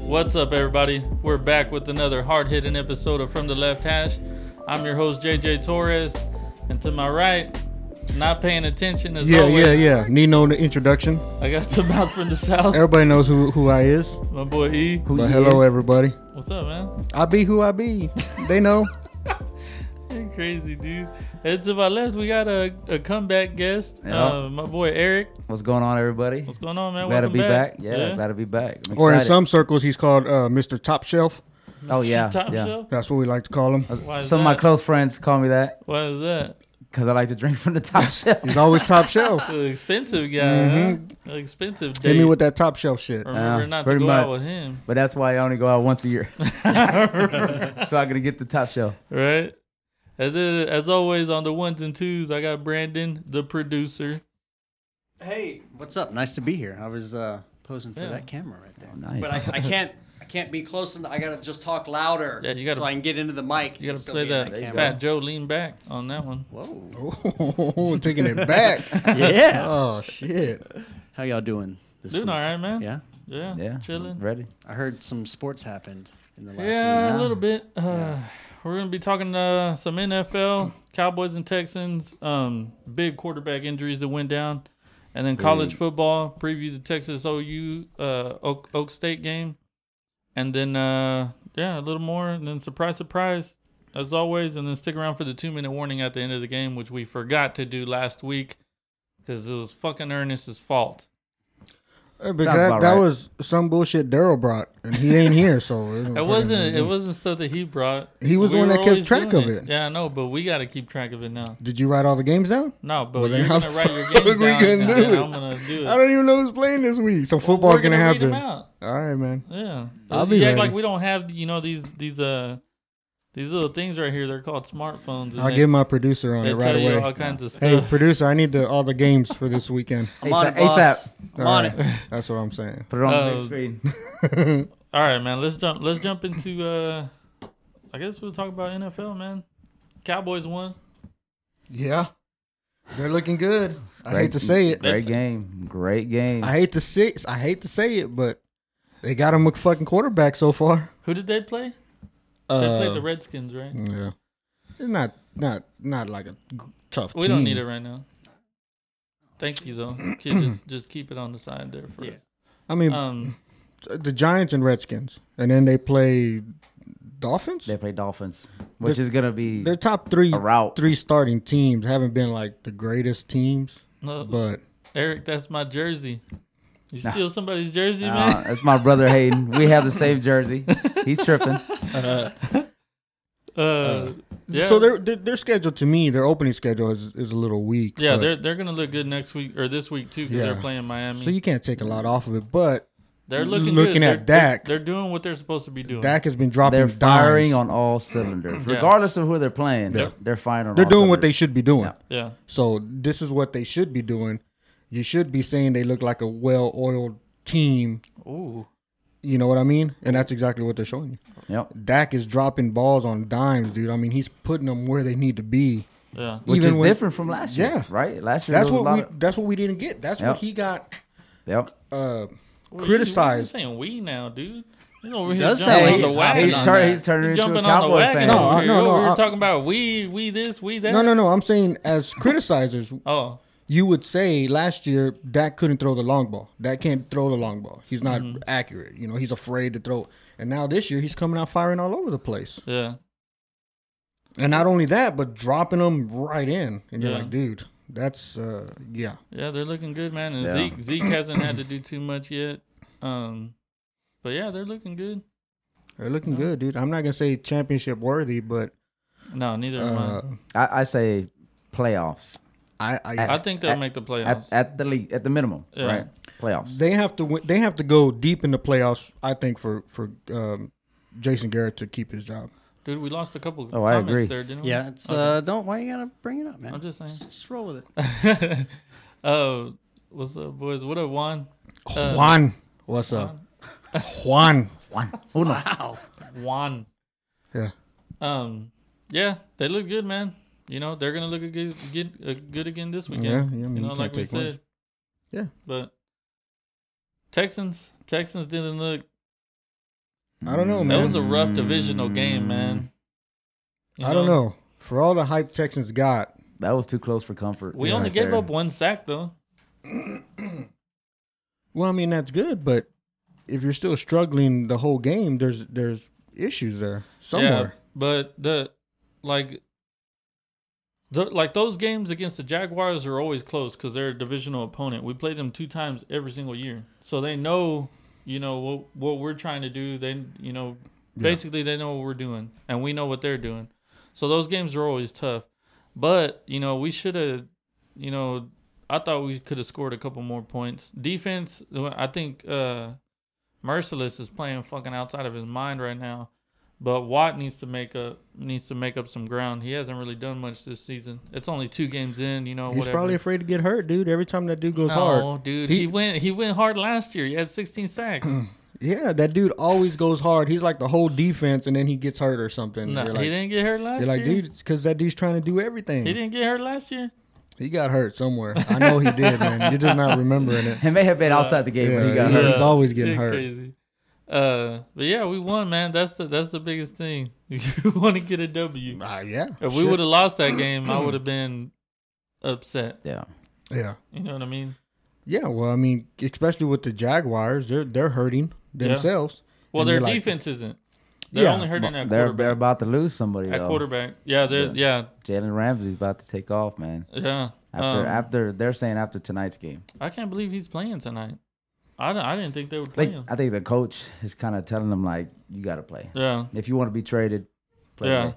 What's up, everybody? We're back with another hard hitting episode of From the Left Hash. I'm your host, JJ Torres, and to my right, not paying attention as Yeah, always, yeah, yeah. Nino the introduction. I got the mouth from the south, Everybody knows who, who I is. my boy E. But hello, everybody. What's up, man? I be who I be. They know. You're crazy, dude. And to my left, we got a, a comeback guest, Yeah. uh, my boy Eric. What's going on, everybody? What's going on, man? glad to Welcome be back. back. Yeah, glad to be back. I'm or in excited. some circles, he's called uh, Mr. Top Shelf. Oh, yeah, Top yeah. shelf? That's what we like to call him. Why is some of my that? close friends call me that Why is that? because I like to drink from the top shelf. He's always top shelf. It's an expensive guy. Huh? An expensive date. Mm-hmm. Hit me with that top shelf shit. Remember Yeah, not to pretty go out much. with him. But that's why I only go out once a year, so I gotta get the top shelf. right? And then, as always, on the ones and twos, I got Brandon, the producer. Hey, what's up? Nice to be here. I was uh, posing for Yeah. that camera right there, Oh, nice. but I, I can't. I can't be close enough. I gotta just talk louder. Yeah, you gotta- so I can get into the mic. You got and to still play be in that, camera. Fat Joe lean back on that one. Whoa. Oh, taking it back. Yeah. Oh, shit. How y'all doing this Doing week? all right, man. Yeah. Yeah. Yeah, Chilling. Ready? I heard some sports happened in the last Yeah, week. a little bit. Uh, We're going to be talking uh, some NFL, Cowboys and Texans, um, big quarterback injuries that went down, and then college football, preview the Texas OU uh, Oak, Oak State game. And then, uh, yeah, a little more. And then, surprise, surprise, as always. And then, stick around for the two minute warning at the end of the game, which we forgot to do last week because it was fucking Ernest's fault. Uh, But Sounds that, about that right. was some bullshit Daryl brought, and he ain't here, so It wasn't. It wasn't stuff that he brought. He was the We one were that kept always track doing of it. Yeah, I know, but we got to keep track of it now. Did you write all the games down? No, but Well, then you're how gonna write your the games down. fuck we and gonna do then it? I'm gonna do it. I don't even know who's playing this week, so football's We're gonna, read happen. them out. All right, man. Yeah, I'll you be act ready. like we don't have you know these these uh these little things right here. They're called smartphones. and I'll they, get my producer on they it tell right you away. all kinds of Hey, stuff. producer, I need the, all the games for this weekend. I'm on ASAP. it, boss. I'm on All it. right. That's what I'm saying. Put it on Uh, the next screen. all right, man. Let's jump. Let's jump into. uh I guess we'll talk about NFL, man. Cowboys won. Yeah, they're looking good. I Great- hate to say it. Great game. Great game. I hate to say. I hate to say it, but they got him a fucking quarterback so far. Who did they play? They Uh, played the Redskins, right? yeah, They're not not not like a g- tough. We don't team. need it right now. Thank you, though. Kid, just just keep it on the side there for. Yeah. I mean, Um, the Giants and Redskins, and then they play Dolphins. they play Dolphins, which They're- is gonna be Their top three a route. three starting teams haven't been like the greatest teams, no, but Eric, that's my jersey. You steal somebody's jersey, Uh, man? that's my brother Hayden. We have the same jersey. He's tripping. Uh, yeah. so their, their their schedule to me, their opening schedule is, is a little weak. yeah, but- they're they're gonna look good next week or this week too because they're Yeah. playing Miami. So you can't take a lot off of it, but they're looking looking good. at they're, Dak. They're, they're doing what they're supposed to be doing. Dak has been dropping. They're firing dimes. on all cylinders, Yeah. regardless of who they're playing. Yeah. They're firing on. They're all doing what they cylinders. should be doing. Yeah. Yeah, So this is what they should be doing. You should be saying they look like a well-oiled team. ooh, You know what I mean? And that's exactly what they're showing you. Yep. Dak is dropping balls on dimes, dude. I mean, he's putting them where they need to be. yeah, Which Even is when- different from last year. Yeah. Right. Last year. That's there was what a we. lot That's what we didn't get. That's Yep. what he got Of, yep. uh, Well, you- criticized You, saying we now, dude. You over here does jumping sound on like the he's wagon. he's, on turn- that. he's turning You're into jumping a on the cowboy wagon. fan. No, over I- here. no, no, We're I- talking about we, we this, we that. No, no, no. I'm saying as criticizers, Oh, you would say last year Dak couldn't throw the long ball. Dak can't throw the long ball. He's not accurate. You know, he's afraid to throw. And now this year he's coming out firing all over the place. yeah. And not only that, but dropping them right in. And you're Yeah. like, dude, that's uh yeah. Yeah, they're looking good, man. And Yeah. Zeke Zeke hasn't had to do too much yet. Um, but yeah, they're looking good. They're looking good, dude. I'm not gonna say championship worthy, but No, neither am I. uh I, I say playoffs I, I, I think they'll at- make the at, playoffs. at the league, at the minimum. Yeah. Right. Playoffs. they have to win, they have to go deep in the playoffs, I think, for for um Jason Garrett to keep his job. Dude, we lost a couple Oh, I comments agree. there, didn't we? Yeah, it's uh, don't why you gotta bring it up, man. I'm just saying. Just roll with it. Oh, what's up, boys? What up, Juan? Juan, what's up? Uh, Juan. Wow. Juan. Yeah. Um, yeah, they look good, man. You know, they're gonna look a good, get, uh, good again this weekend. Yeah, yeah, I you mean, you know, can't like we take wins. said. Yeah. But Texans, Texans didn't look I don't know, Mm. That man. was a rough divisional game, man. You I don't know. For all the hype Texans got, That was too close for comfort. We Yeah, only right gave there. up one sack though. well, I mean that's good, but if you're still struggling the whole game, there's there's issues there somewhere. Yeah, but the like the, like those games against the Jaguars are always close because they're a divisional opponent. We play them two times every single year, so they know you know what what we're trying to do. They you know basically they know what we're doing, and we know what they're doing. So those games are always tough. But you know we should have you know I thought we could have scored a couple more points. Defense, I think uh Merciless is playing fucking outside of his mind right now. But Watt needs to make up needs to make up some ground. He hasn't really done much this season. It's only two games in, you know. He's whatever. probably afraid to get hurt, dude. Every time that dude goes no, hard, dude. He, He- went he went hard last year. He had 16 sacks. yeah, that dude always goes hard. He's like the whole defense, and then he gets hurt or something. no, you're like, he didn't get hurt last you're like, year. dude, because that dude's trying to do everything. he He, didn't get hurt last year. got hurt somewhere. I know he did, man. You're just not remembering it. It may have been outside the game, but he Yeah, got yeah. hurt. He's always getting You're hurt. Crazy. Uh, but yeah, we won, man. That's the that's the biggest thing. You want to get a W. Ah, yeah. If we Shit. would have lost that game, I would have been upset. Yeah. yeah. You know what I mean? Yeah, well, I mean, especially with the Jaguars, they're they're hurting Yeah. themselves. Well, And their you're like- defense isn't. They're Yeah, only hurting at They're, they're quarterback. about to lose somebody At though. quarterback, yeah, they're yeah, Jalen Ramsey's about to take off, man. yeah. After Um, oh, after they're saying after tonight's game. I can't believe he's playing tonight. I, don't- I didn't think they would play Like him. I think the coach is kind of telling them like you got to play Yeah, if you want to be traded. Play yeah,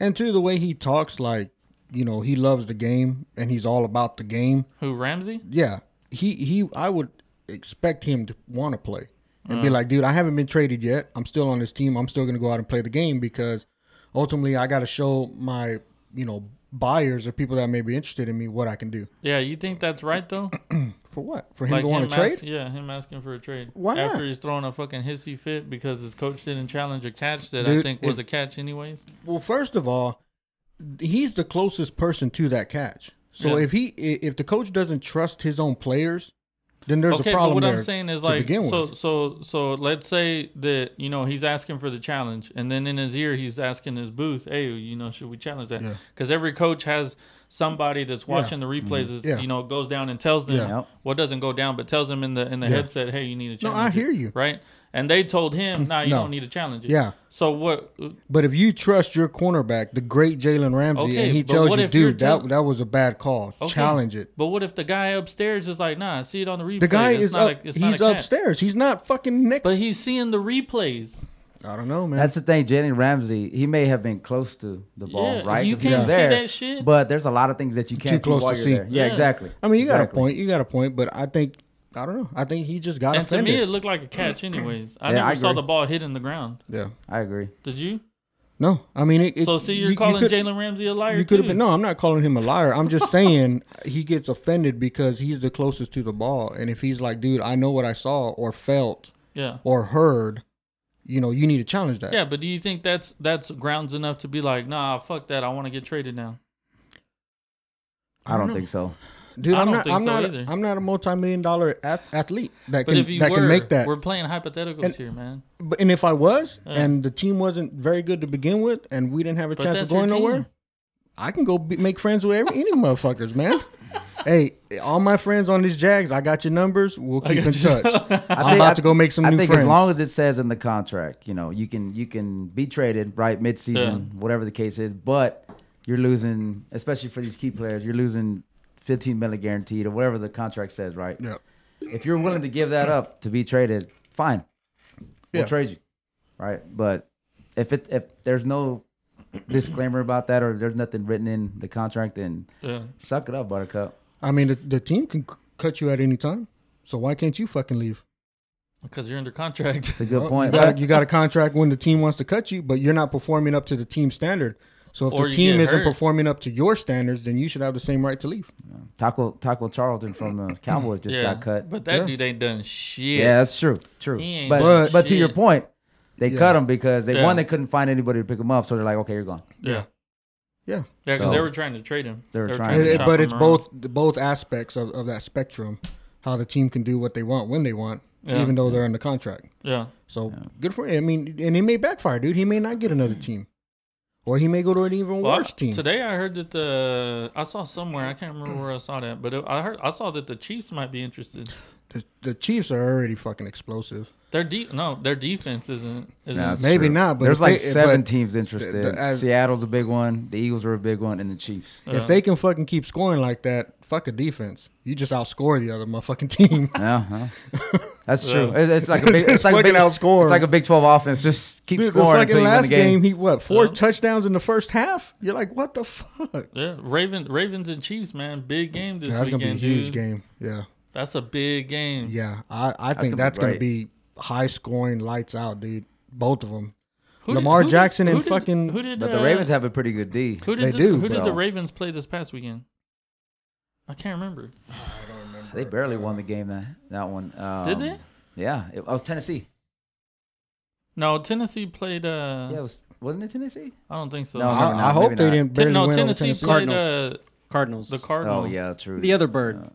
And two, the way he talks, like you know, he loves the game and he's all about the game. Who Ramsey? Yeah, he he, I would expect him to want to play and Uh. be like, dude, I haven't been traded yet. I'm still on this team. I'm still gonna go out and play the game because ultimately, I got to show my you know buyers or people that may be interested in me what I can do. Yeah, you think that's right though? For what? For him to want to trade? ask- yeah, him asking for a trade. Why not? After he's throwing a fucking hissy fit because his coach didn't challenge a catch that I Dude, think was it- a catch anyways. Well, first of all, he's the closest person to that catch. So Yeah. if he i- if the coach doesn't trust his own players, then there's okay, a problem. but what I'm there saying is to like begin so with. so so let's say that you know he's asking for the challenge and then in his ear he's asking his booth, "Hey, you know, should we challenge that?" Yeah. Cuz every coach has somebody that's watching the replays is, Yeah. you know goes down and tells them Yeah. Yep. what doesn't go down but tells them in the in the headset, "Hey, you need to No, challenge." I it," hear you. Right? And they told him, "Nah, you No. don't need to challenge it." Yeah. So what But if you trust your cornerback, the great Jalen Ramsey, Okay, and he but tells what you, if you're dude, tell- that that was a bad call. okay. Challenge it. But what if the guy upstairs is like, "Nah, I see it on the replay." The guy It's is not up. a- it's not he's a catch." upstairs. He's not fucking next. But he's seeing the replays. I don't know, man. That's the thing, Jalen Ramsey. He may have been close to the ball, Yeah, right? you 'Cause he can't was see that shit. But there's a lot of things that you can't see close while to you're see. there. Yeah, Yeah. exactly. I mean, you got a Exactly. point. You got a point. But I think I don't know. I think he just got And to offended. me, it looked like a catch, anyways. I Yeah, never I saw agree. the ball hitting the ground. yeah. I agree. Did you? No, I mean, it, it- so see, you- you're you calling could- Jalen Ramsey a liar. You could have too. been. No, I'm not calling him a liar. I'm just saying he gets offended because he's the closest to the ball. And if he's like, dude, I know what I saw or felt Yeah. or heard, you know, you need to challenge that. Yeah, but do you think that's that's grounds enough to be like, nah, fuck that. I want to get traded now. I don't think so. dude, I I'm don't not. think I'm so not. either. I'm not a multi-million dollar ath- athlete that But can if you that were, can make that. we're playing hypotheticals And- here, man. But, and if I was, and the team wasn't very good to begin with, and we didn't have a But chance that's of going your team. nowhere, I can go be, make friends with every, any motherfuckers, man. Hey, all my friends on these Jags, I got your numbers. We'll keep in touch. I I'm about to go make some I new think as friends. long as it says in the contract, you know, you can you can be traded right midseason, whatever the case is. But you're losing, especially for these key players, you're losing 15 million guaranteed or whatever the contract says, right? Yeah. If you're willing to give that up to be traded, fine, we'll Yeah. trade you, right? But if it if there's no disclaimer about that or there's nothing written in the contract, then Yeah. suck it up, Buttercup. I mean, the, the team can c- cut you at any time. So why can't you fucking leave? Because you're under contract. It's a good Well, point. You got, a, but- you got a contract when the team wants to cut you, but you're not performing up to the team standard. So if Or you the team get isn't hurt. performing up to your standards, then you should have the same right to leave. Taco Taco Charlton from the Cowboys just yeah. got cut. But that Yeah. dude ain't done shit. Yeah, that's true. True. He ain't But doing but, to your shit. point, they Yeah. cut him because they Yeah. one they couldn't find anybody to pick him up, so they're like, okay, you're gone. Yeah. Yeah, Yeah, because So- they were trying to trade him. They were trying It- to it- shop but him it's around. both both aspects of, of that spectrum, how the team can do what they want when they want, Yeah. even though they're under contract. Yeah. So good for him. I mean, and it may backfire, dude. He may not get another team, or he may go to an even Well, I- worse team. Today I heard that the I saw somewhere I can't remember where I saw that, but it, I heard I saw that the Chiefs might be interested. The, the Chiefs are already fucking explosive. Their deep no, their defense isn't isn't. Nah, that's Maybe true. not, but there's if like they- seven but teams interested. the- as- Seattle's a big one. The Eagles are a big one, and the Chiefs. Yeah. If they can fucking keep scoring like that, fuck a defense. You just outscore the other motherfucking team. Yeah, huh? that's true. Yeah. It- It's like a big, Just it's like a fucking big, outscore 'em. It's like a Big Twelve offense. Just keep Dude, the scoring fucking until you win last the game. game, he what four Yeah. touchdowns in the first half? You're like, what the fuck? yeah, Raven, Ravens and Chiefs, man, big game this Yeah, that's gonna weekend. be a huge dude. game. Yeah, That's a big game. yeah. I, I think gonna be that's gonna great. be high scoring, lights out, dude. Both of them. Who Lamar Jackson and who did- fucking- Who did but the uh, Ravens have a pretty good D. Who did They the, do, Who did the but- Ravens play this past weekend? I can't remember. They barely won the game that that one. Um, Did they? Yeah, it, oh, it was Tennessee. No, Tennessee played. Uh, Yeah, it was, wasn't it Tennessee? I don't think so. No, I, no, I hope maybe they not. didn't Ten- barely no, win over Tennessee, Tennessee. played uh, Cardinals. Cardinals. the Cardinals. Oh yeah, true. The other bird. Uh,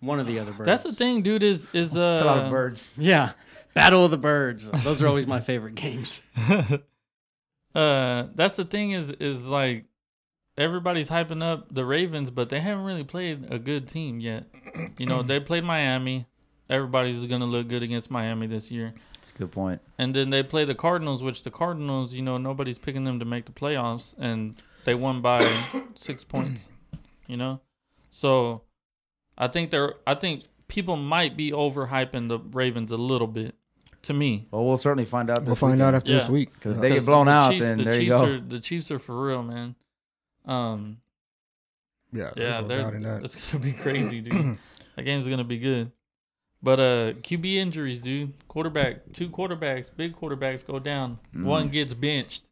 One of the other birds. That's the thing, dude. Is is uh, it's a lot of birds. Yeah. Battle of the Birds. Those are always my favorite games. uh that's the thing is is like everybody's hyping up the Ravens, but they haven't really played a good team yet. You know, they played Miami. Everybody's gonna look good against Miami this year. That's a good point. And then they play the Cardinals, which the Cardinals, you know, nobody's picking them to make the playoffs and they won by six points. You know? So I think they're I think people might be overhyping the Ravens a little bit. To me. Well, we'll certainly find out. We'll this find out weekend. after this Yeah. week. Because they get Because blown the out, Chiefs- then the there Chiefs you go. Are, the Chiefs are for real, man. Um, yeah, yeah, Uh, there's no doubt in they're, that. it's gonna be crazy, dude. that game's gonna be good. But uh, QB injuries, dude. Quarterback, two quarterbacks, big quarterbacks go down. Mm-hmm. One gets benched.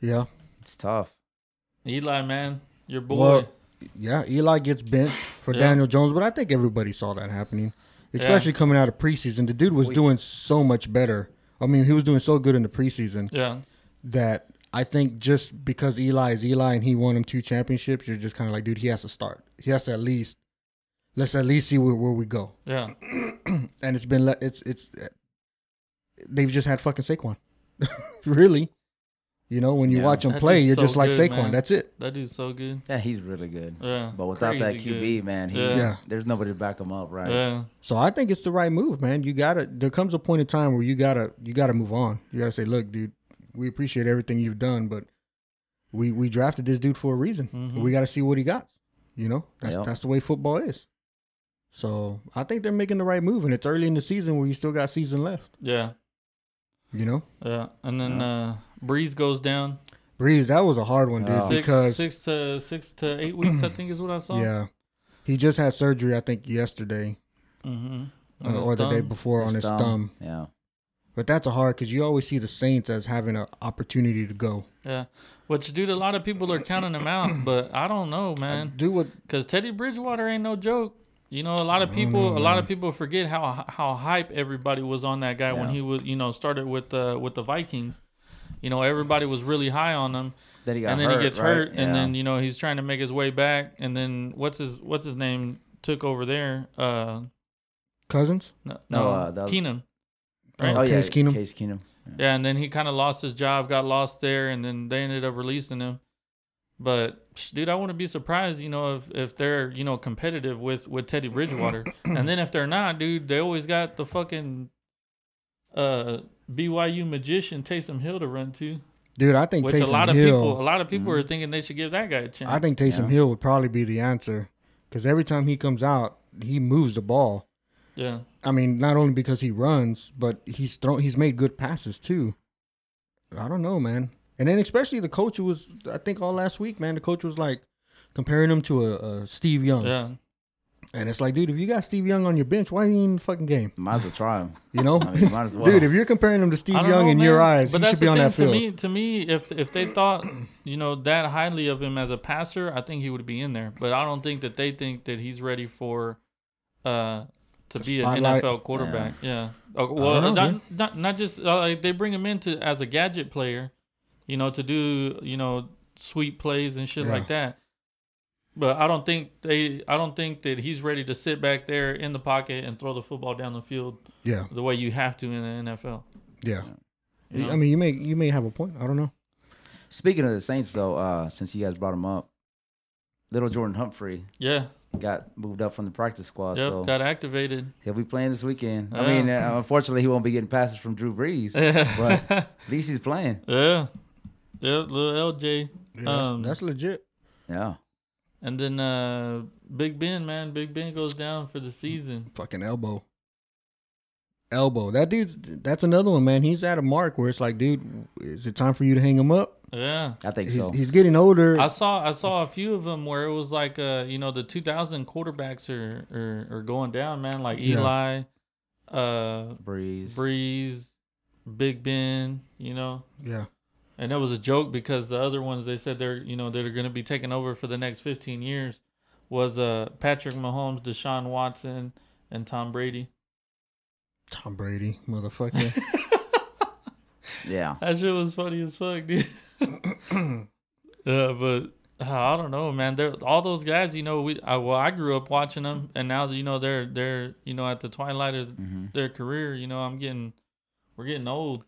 Yeah, It's tough. Eli, man, your boy. Well, yeah. Eli gets benched for Yeah. Daniel Jones, but I think everybody saw that happening, Yeah. especially coming out of preseason. The dude was doing so much better. I mean, he was doing so good in the preseason yeah, that I think just because Eli is Eli and he won him two championships, you're just kind of like, dude, he has to start. He has to at least let's at least see where, where we go. yeah, And it's been le- it's it's they've just had fucking Saquon, really. You know, when you Yeah. watch him That play, dude's you're so just like good, Saquon. man. That's it. that dude's so good. Yeah, he's really good. Yeah, But without that crazy QB, man, he, Yeah. Yeah. there's nobody to back him up, right? good. Yeah, So I think it's the right move, man. You gotta. There comes a point in time where you gotta. You gotta move on. You gotta say, look, dude, we appreciate everything you've done, but we we drafted this dude for a reason. Mhm. We gotta see what he got. You know, that's Yep. that's the way football is. So I think they're making the right move, and it's early in the season where you still got season left. yeah, You know, yeah. And then uh, Breeze goes down Breeze, that was a hard one, dude, Oh. six, because six to six to eight weeks. I think is what I saw. yeah, he just had surgery, I think, yesterday Mm-hmm. uh, or the day before on his thumb. Yeah. But that's a hard because you always see the Saints as having an opportunity to go. Yeah, which dude, a lot of people are counting him out, but I don't know, man, Uh, Do what because Teddy Bridgewater ain't no joke. You know, a lot of people, a lot of people forget how how hype everybody was on that guy when Yeah. he was, you know, started with the with the Vikings. You know, everybody was really high on him, Then he got and then hurt, he gets right? hurt, Yeah. and then you know he's trying to make his way back, and then what's his what's his name took over there? Uh, Cousins? no, No, no, uh, that was- Keenum. Oh, Right. oh, Case yeah, Keenum. Case Keenum. Yeah, and then he kind of lost his job, got lost there, and then they ended up releasing him. But psh, dude, I wouldn't be surprised, you know, if if they're you know competitive with with Teddy Bridgewater, and then if they're not, dude, they always got the fucking uh BYU magician Taysom Hill to run to, Dude, I think which Taysom a lot of Hill. Mm-hmm. people a lot of people are thinking they should give that guy a chance. I think Taysom Yeah. Hill would probably be the answer because every time he comes out, he moves the ball. yeah, I mean, not only because he runs, but he's thrown. He's made good passes too. I don't know, man. And then especially the coach who was, I think, all last week, man. The coach was like comparing him to a, a Steve Young, yeah, and it's like, dude, if you got Steve Young on your bench, why are you in the fucking game? Might as well try him. You know, I mean, might as well. dude, if you're comparing him to Steve I don't Young know, in your man. eyes, But he that's should be the on thing. that field. To me, to me, if if they thought you know that highly of him as a passer, I think he would be in there. But I don't think that they think that he's ready for uh to be an spotlight. NFL quarterback. Yeah. Oh, don't know, well, dude. not, not not just uh, like they bring him in to as a gadget player, you know, to do you know sweep plays and shit Yeah. like that. but I don't think they. I don't think that he's ready to sit back there in the pocket and throw the football down the field Yeah, the way you have to in the NFL. yeah. Yeah. I mean, you may you may have a point. I don't know. Speaking of the Saints, though, uh, since you guys brought him up, little Jordan Humphrey Yeah, got moved up from the practice squad. yep, Uh, so got activated. he'll be playing this weekend. I Yeah. mean, uh, unfortunately, he won't be getting passes from Drew Brees. but yeah, at least he's playing. yeah, little LJ, Yeah, that's- Um, that's, legit. Yeah. and then uh, Big Ben, man, Big Ben goes down for the season. Fucking elbow. Elbow. That dude's that's another one, man. He's at a mark where it's like, dude, is it time for you to hang him up? Yeah, I think He's, so. he's getting older. I saw I saw a few of them where it was like uh you know the 2000 quarterbacks are are, are going down man like Yeah. Eli, uh Breeze. Breeze, Big Ben you know yeah. and that was a joke because the other ones they said they're you know they're going to be taking over for the next 15 years was uh Patrick Mahomes, Deshaun Watson, and Tom Brady. Tom Brady, motherfucker. Yeah. That shit was funny as fuck, dude. uh, but uh, I don't know, man. They're all those guys. You know, we I, well, I grew up watching them, and now you know they're they're you know at the twilight of hmm their career. You know, I'm getting we're getting old.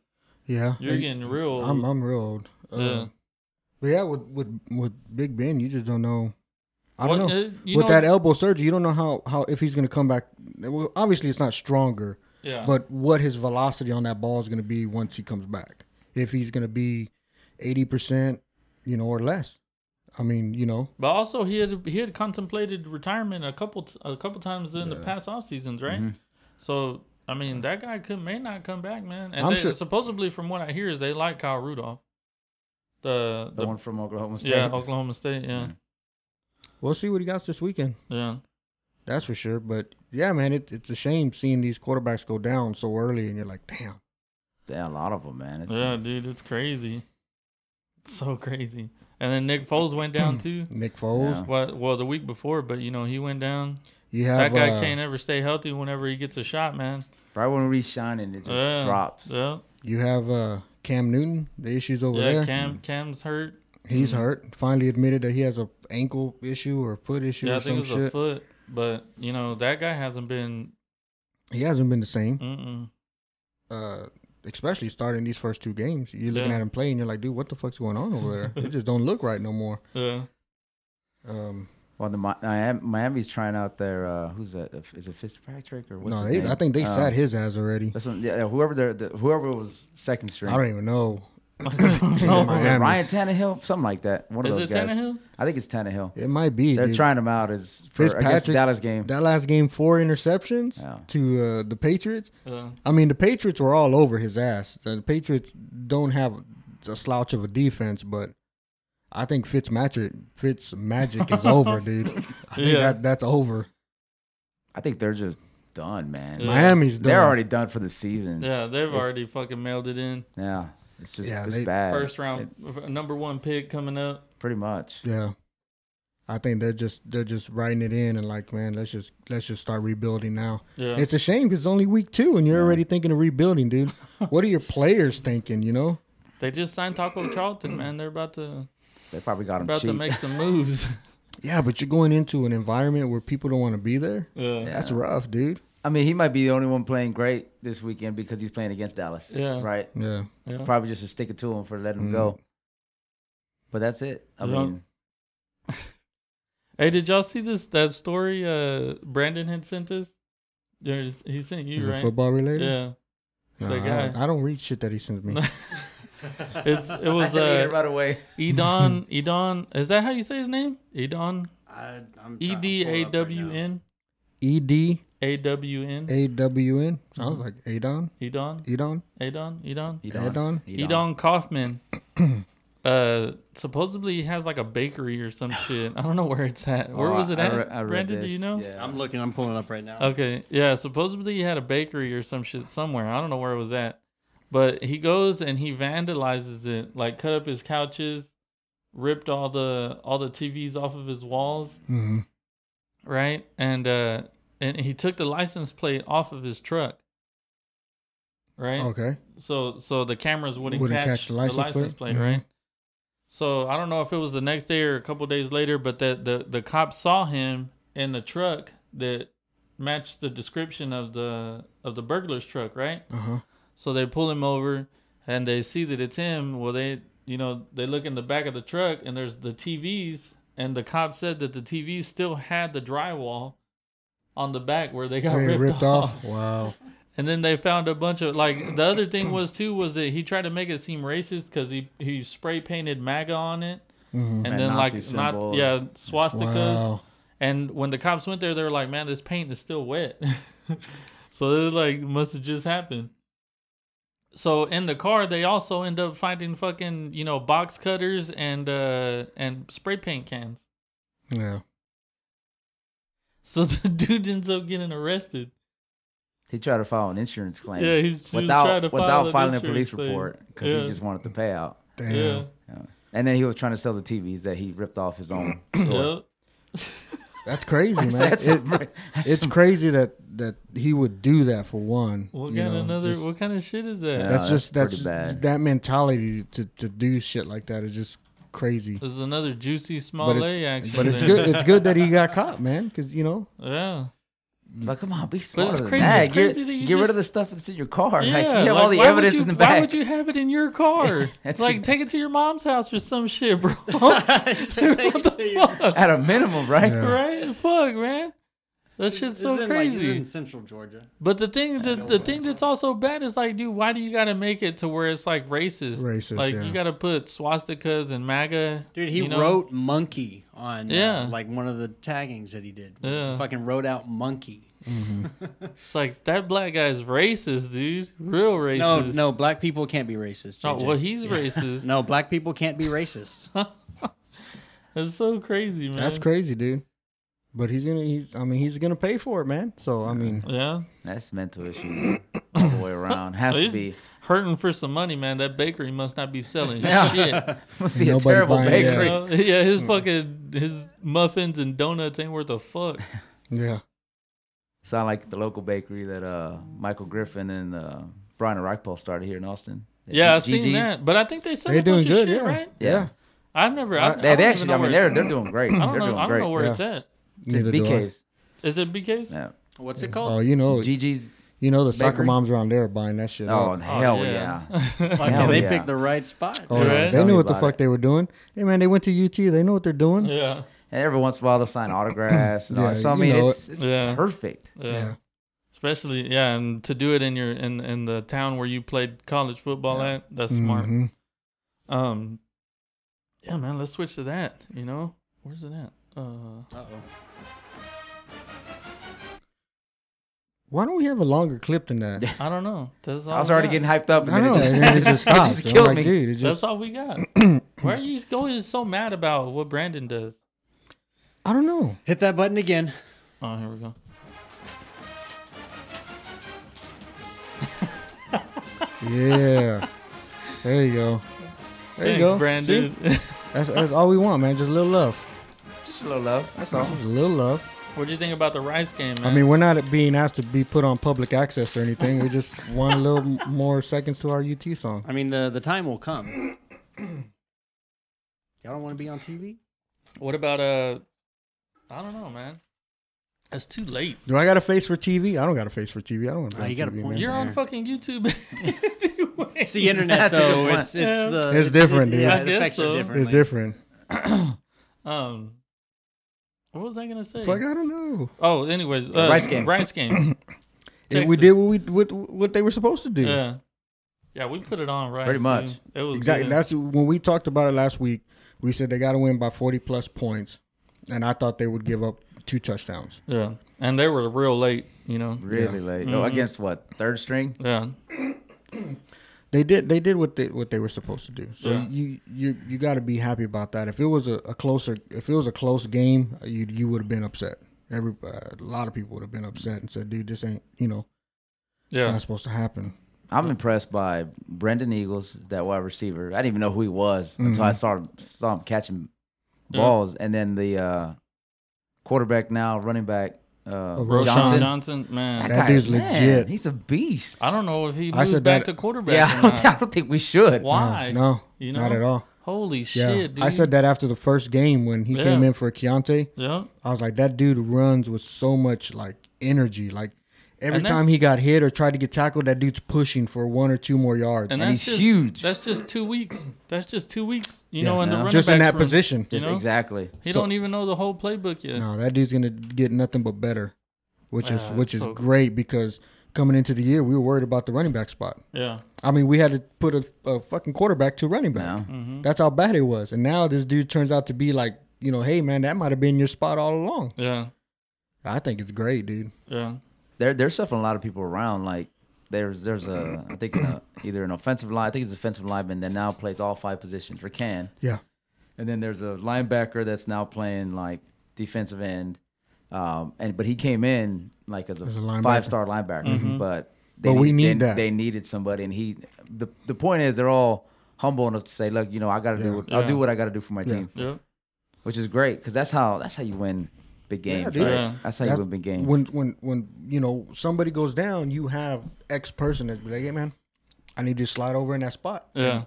yeah. You're And getting real. Old. I'm I'm real old. Uh, Yeah. But yeah, with with with Big Ben, you just don't know. I What- don't know. uh, you with know- that elbow surgery, you don't know how how if he's going to come back. Well, obviously it's not stronger. yeah, but what his velocity on that ball is going to be once he comes back. If he's going to be 80%, you know, or less. I mean, you know, but also he had he had contemplated retirement a couple t- a couple times in the Yeah. Mm-hmm. past off seasons, Mm-hmm. right? So. I mean that guy could may not come back, man. And I'm they, sure- supposedly, from what I hear, is they like Kyle Rudolph, the The the, one from Oklahoma State. yeah Oklahoma State, yeah, Mm. we'll see what he got this weekend. yeah. That's for sure. But yeah, man, it, it's a shame seeing these quarterbacks go down so early and you're like, damn. Yeah, a lot of them, man. It's, Yeah, dude, it's crazy. So crazy. And then Nick Foles went down too. Nick Foles. Yeah. Well, well, the week before, but you know he went down. You have that guy uh, can't ever stay healthy. Whenever he gets a shot, man, Right when we shining, it just yeah, drops. Yeah, you have uh Cam Newton, the issues over yeah. there. Cam, Cam's hurt. He's hurt. Finally admitted that he has a ankle issue or foot issue Yeah, I or think it some was a shit. foot. But you know that guy hasn't been. He hasn't been the same. Mm-mm. uh, especially starting these first two games, you're looking Yeah. at him play and you're like, dude, what the fuck's going on over there? it just don't look right no more. Yeah, Um, Well, the Mi- Miami- Miami's trying out their uh, who's that? Is it Fitzpatrick or what's no, his they, name? I think they Um, sat his ass already. That's one, yeah, whoever their- the, whoever was second string. I don't even know. No, Was it Oh, Miami. Ryan Tannehill, something like that. One is of those it guys. Tannehill? I think it's Tannehill. It might be. They're dude. trying him out as for against the Fitzpatrick- Dallas game. that last game, four interceptions Yeah. to uh, the Patriots. Yeah, I mean, the Patriots were all over his ass. The Patriots don't have a slouch of a defense, but I think Fitz magic, Fitz magic is over, dude. I think Yeah. that, that's over. I think they're just done, man. Yeah. Miami's done. They're already done for the season. Yeah, yeah. They've It's- already fucking mailed it in. it's just Yeah, it's they- bad. First round, number one pick coming up. It- pretty much. Yeah. I think they're just they're just writing it in and like, man, let's just let's just start rebuilding now. Yeah, It's a shame because it's only week two and you're Yeah. already thinking of rebuilding, dude. what are your players thinking? You know, they just signed Taco Charlton, man. They're about to They probably got him about cheap. to make some moves. yeah, but you're going into an environment where people don't want to be there. yeah. That's rough, dude. I mean, he might be the only one playing great this weekend because he's playing against Dallas. Yeah. Right. Yeah, Mm. yeah. Probably just to stick it to him for letting him Mm-hmm. go. But that's it. I Yeah. mean, Hey, did y'all see this that story uh Brandon had sent us? There's, he sent is you, it right? football related? Yeah. No, the I don't- guy. I don't read shit that he sends me. It's it was I hate it uh right away. Edon Edon is that how you say his name? Edon I, I'm E D A W N E D A W N A W N sounds like Adon, Edon Edon, Edon Edon Edon? Edon Kaufman. Uh, supposedly he has like a bakery or some shit. I don't know where it's at. Where Oh, was it I- I at? re- I read Brandon, do this. you know? Yeah. I'm looking. I'm pulling it up right now. Okay, yeah. Supposedly he had a bakery or some shit somewhere. I don't know where it was at, but he goes and he vandalizes it, like cut up his couches, ripped all the all the TVs off of his walls, Mm-hmm. right? And uh, and he took the license plate off of his truck, right? Okay. Oh. So so the cameras wouldn't, Wouldn't catch, the license plate, Mm-hmm. Mhm. right? So I don't know if it was the next day or a couple days later, but that the the cops saw him in the truck that matched the description of the of the burglar's truck, right? Uh-huh. So they pull him over and they see that it's him. Well, they, you know, they look in the back of the truck and there's the TVs. And the cop said that the TVs still had the drywall on the back where they got They ripped, ripped off. off. Wow. And then they found a bunch of like the other thing was too was that he tried to make it seem racist because he he spray painted MAGA on it. Mm. And, And then Nazi like not symbols. yeah swastikas, Mm-hmm. Wow. and when the cops went there, they were like, "Man, this paint is still wet." so they're like, "Must have just happened." So in the car, they also end up finding fucking you know box cutters and uh and spray paint cans. Yeah. So the dude ends up getting arrested. He tried to file an insurance claim. Yeah, he's- he was trying without to file without an filing a insurance police thing. report because Yeah. he just wanted the payout. Damn. Yeah. Yeah. And then he was trying to sell the TVs that he ripped off his own. store. Yep. That's crazy, man. That's It- some- it's crazy that that he would do that for one. What you kind know, of another? just- what kind of shit is that? Yeah. that's that's just that's pretty just- bad. that mentality to, to do shit like that is just crazy. This is another juicy small But A it's, action. but it's there. good. It's good that he got caught, man. Because you know, Yeah. Like, come on, be smarter than crazy- that. it's Get- crazy that you get rid just- of the stuff that's in your car. Yeah, like, you have all like, the why would evidence you- in the Why back. would you have it in your car? That's like, it. take it to your mom's house or some shit, bro. Take it to you. At a minimum, right? Yeah. right? Fuck, man. That shit's This so is in, like, this is crazy. in Central Georgia. but the thing, the, the thing that's also bad is like, dude, why do you gotta make it to where it's like racist? Racist, Like, yeah. you gotta put swastikas and MAGA. Dude, he you know? wrote monkey on uh, Yeah. like one of the taggings that he did. Yeah. He fucking wrote out monkey. It's like that black guy's racist, dude. Real racist. No, no, black people can't be racist. No, JJ. well, he's racist. no, black people can't be racist. That's so crazy, man. that's crazy, dude. But he's gonna. He's. I mean, he's gonna pay for it, man. So I mean, Yeah. That's mental issues all the way around. Has to He's be. hurting for some money, man. That bakery must not be selling Yeah. shit. Must be a Nobody terrible buying that. bakery. You know? Yeah, Mm. his fucking his muffins and donuts ain't worth a fuck. yeah. Sound like the local bakery that uh, Michael Griffin and uh, Brian Reichpol started here in Austin. Yeah, I G- seen GG's. that, but I think they sell They're a bunch doing good. of shit, yeah. right? yeah. Yeah. I've never. I, I They, they don't even actually, know I mean, where they're it's- they're doing great. I don't know. They're I doing don't know great. where Yeah. it's at. Neither B do I. caves. Is it BK's? Yeah. What's it Oh, called? you know, GG's. you know the soccer Bakery? moms around there buying that shit. Oh, up. hell yeah. Fucking, hell they yeah. picked the right spot. Oh, Right? yeah. Tell They me knew what the about fuck it. they were doing. Hey, man, they went to UT. They know what they're doing. yeah. And every once in a while they'll sign autographs. And all Yeah, that. So I you mean, know it's, it's Yeah. perfect. yeah, Especially, yeah, and to do it in your in in the town where you played college football Yeah. Mm-hmm. at, that's smart. Mhm. Um, yeah, man, let's switch to that. You know, where's it at? Uh, Uh-oh. Why don't we have a longer clip than that? I don't know. That's all I was we already got. getting hyped up, and I then know. it just, and then it just it stops. just I'm killed like, me. dude, it's That's just. all we got. Why are you always so mad about what Brandon does? I don't know. Hit that button again. Oh, here we go. Yeah. there you go. There Thanks, you go. Brandon. See? That's, that's all we want, man. Just a little love. Just a little low. That's all. Just a little love. what do you think about the Rice game, man? I mean, we're not being asked to be put on public access or anything. We just want a little m- more seconds to our UT song. I mean, the, the time will come. Y'all don't want to be on TV? what about uh? I don't know, man. That's too late. Do I got a face for TV? I don't got a face for TV. I don't want to be Oh, on you got a TV, point. man. You're on There. fucking YouTube. anyway. It's the internet, That's a good though. point. It's, it's the. It's different, dude. Yeah, I it guess affects so. you It's differently. It's different. um, what was I gonna say? Fuck, I don't know. oh, anyways, uh, Rice game. Rice game. And we Texas. did what we what, what they were supposed to do. Yeah, yeah, we put it on Rice. Pretty much. dude. It was Exactly. good. That's when we talked about it last week. We said they got to win by 40 plus points, and I thought they would give up two touchdowns. yeah, and they were real late. You know. Really late. Mm-hmm. Oh, against what? Third string. Yeah. They did. They did what they what they were supposed to do. So Yeah. you you you got to be happy about that. If it was a, a closer, if it was a close game, you you would have been upset. Every uh, a lot of people would have been upset and said, "Dude, this ain't you know Yeah. not supposed to happen." I'm impressed by Brendan Eagles, that wide receiver. I didn't even know who he was until Mm-hmm. I saw him, saw him catching Yeah. balls, and then the uh, quarterback now running back uh, Oh, Roshan Roshan. Johnson, Johnson. man. That dude's man, legit. He's a beast. I don't uh, know if he I moves said back that- to quarterback. yeah, or I don't, not. think we should. Why? No, You not know? at all. Holy Yeah, shit, dude. I said that after the first game when he came Yeah. in for Keontae. Yep. I was like, that dude runs with so much like energy. Like every And that's- time he got hit or tried to get tackled, that dude's pushing for one or two more yards. And, And that's he's just, huge. That's just two weeks. That's just two weeks. You Yeah. know, in the Yeah. running just in back's that room. position. You know? Exactly. He So- don't even know the whole playbook yet. No, that dude's gonna get nothing but better, which is Ah, which is so- great because coming into the year we were worried about the running back spot. Yeah. I mean, we had to put a, a fucking quarterback to running back. No. mm-hmm. That's how bad it was. And now this dude turns out to be like, you know, hey man, that might have been your spot all along. Yeah. I think it's great, dude. Yeah. They're they're stuffing a lot of people around. Like there's there's a I think uh either an offensive line I think it's offensive lineman that now plays all five positions for Can. Yeah. And then there's a linebacker that's now playing like defensive end. Um, and but he came in like as a, As a linebacker. five star linebacker, but But we they- need that. They needed somebody, and he. The the point is they're all humble enough to say, look, you know, I got to Yeah. do what, I'll Yeah. do what I got to do for my team, Yeah. which is great because that's how that's how you win big games. dude. right? Yeah. That's how you That- win big games. When when when you know somebody goes down, you have X person that's like, hey man, I need you to slide over in that spot. Yeah. And,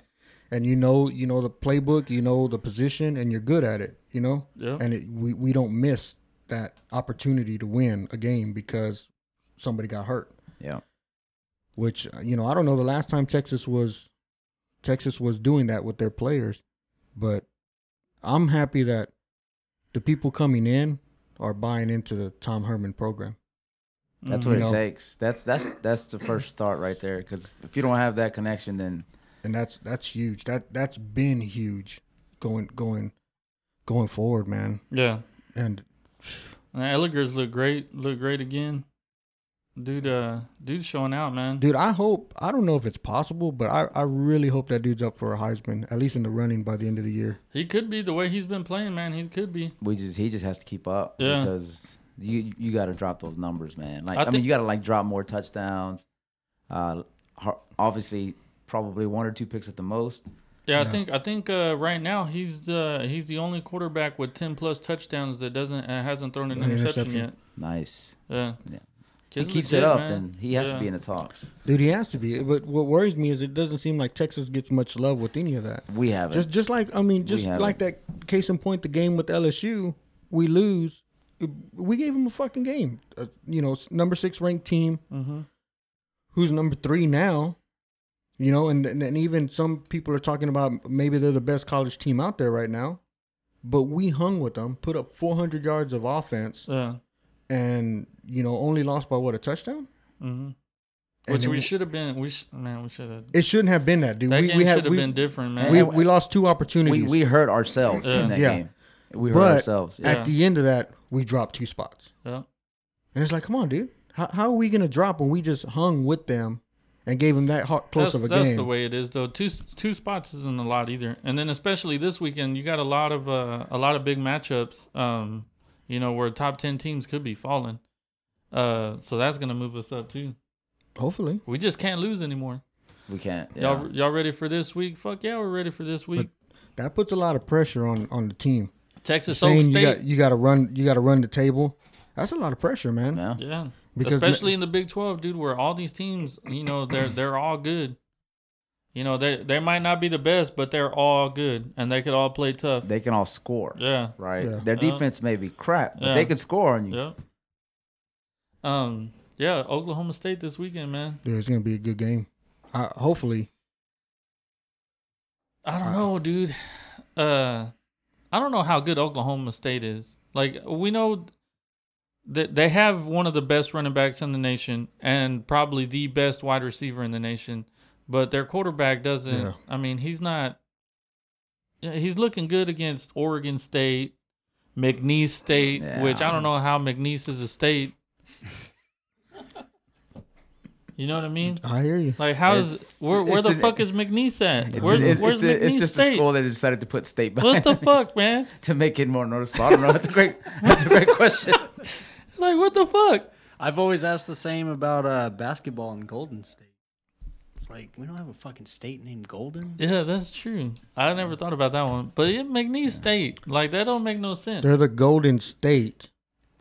and you know you know the playbook, you know the position, and you're good at it. You know. Yeah. And it, we we don't miss that opportunity to win a game because somebody got hurt. yeah, Which uh, you know I don't know the last time Texas was Texas was doing that with their players, but I'm happy that the people coming in are buying into the Tom Herman program. that's Mhm. what You it know. takes. That's that's that's the first start right there. Because if you don't have that connection, then and that's that's huge. That that's been huge going going going forward, man. Yeah. And And Elliger's look great. Look great again. Dude, uh, dude's showing out, man. dude, I hope I don't know if it's possible, but I I really hope that dude's up for a Heisman at least in the running by the end of the year. He could be the way he's been playing, man. He could be. we just he just has to keep up Yeah. because you you got to drop those numbers, man. Like I I, thi- mean, you got to like drop more touchdowns. Uh, har- obviously, probably one or two picks at the most. Yeah, I Yeah. think I think uh, right now he's uh, he's the only quarterback with ten plus touchdowns that doesn't uh, hasn't thrown an An interception, interception. Nice. yet. Yeah, Yeah. Kid's he keeps legit, it up, man. then he has Yeah. to be in the talks. Dude, he has to be. But what worries me is it doesn't seem like Texas gets much love with any of that. We haven't. Just just like I mean, just haven't. like that case in point, the game with LSU, we lose. We gave him a fucking game. Uh, you know, s- number six ranked team, Mhm. who's number three now. You know, and, and and even some people are talking about maybe they're the best college team out there right now, but we hung with them, put up 400 yards of offense, Yeah. and you know only lost by what a touchdown. hmm And Which it we w- should have been. We sh- man, we should have. It shouldn't have been that, dude. That we game we had should have we, been different, man. we, And- we lost two we opportunities. we hurt ourselves Yeah. in that Yeah. game. We hurt But ourselves. Yeah. Yeah. at the end of that, we dropped two spots. yeah. And it's like, come on, dude. How, how are we going to drop when we just hung with them and gave them that hot, close that's, of a that's game? the way it is, though. Two two spots isn't a lot either, and then especially this weekend, you got a lot of uh, a lot of big matchups. Um, you know where top ten teams could be falling. Uh, so that's gonna move us up too. Hopefully. We just can't lose anymore. We can't. Yeah. Y'all y'all ready for this week? Fuck yeah, we're ready for this week. That puts a lot of pressure on, on the team. Texas Oak Saying you State. got you got to run you got to run the table. That's a lot of pressure, man. yeah. yeah. Because- Especially in the Big 12, dude, where all these teams, you know, they're they're all good. You know, they they might not be the best, but they're all good and they could all play tough. They can all score. Yeah. Right. Yeah. Their Yeah. defense may be crap, but Yeah. they can score on you. Yep. Um yeah, Oklahoma State this weekend, man. Dude, it's going to be a good game. I, hopefully. I don't Uh, know, dude. Uh, I don't know how good Oklahoma State is. Like we know that they have one of the best running backs in the nation and probably the best wide receiver in the nation, but their quarterback doesn't. Yeah. I mean, he's not. Yeah, he's looking good against Oregon State, McNeese State, which I Yeah. don't know how McNeese is a state. you know what I mean? I hear you. Like, how is It's- where where it's the an- fuck is McNeese at? It's, Where's, it's, where's it's, McNeese it's just State? a school that they decided to put state behind What the fuck, man? to make it more noticeable. I don't know. That's a great. That's a great question. Like, what the fuck? I've always asked the same about uh, basketball in Golden State. It's like we don't have a fucking state named Golden. Yeah, that's true. I never thought about that one. But it McNeese State, like that don't make no sense. They're the Golden State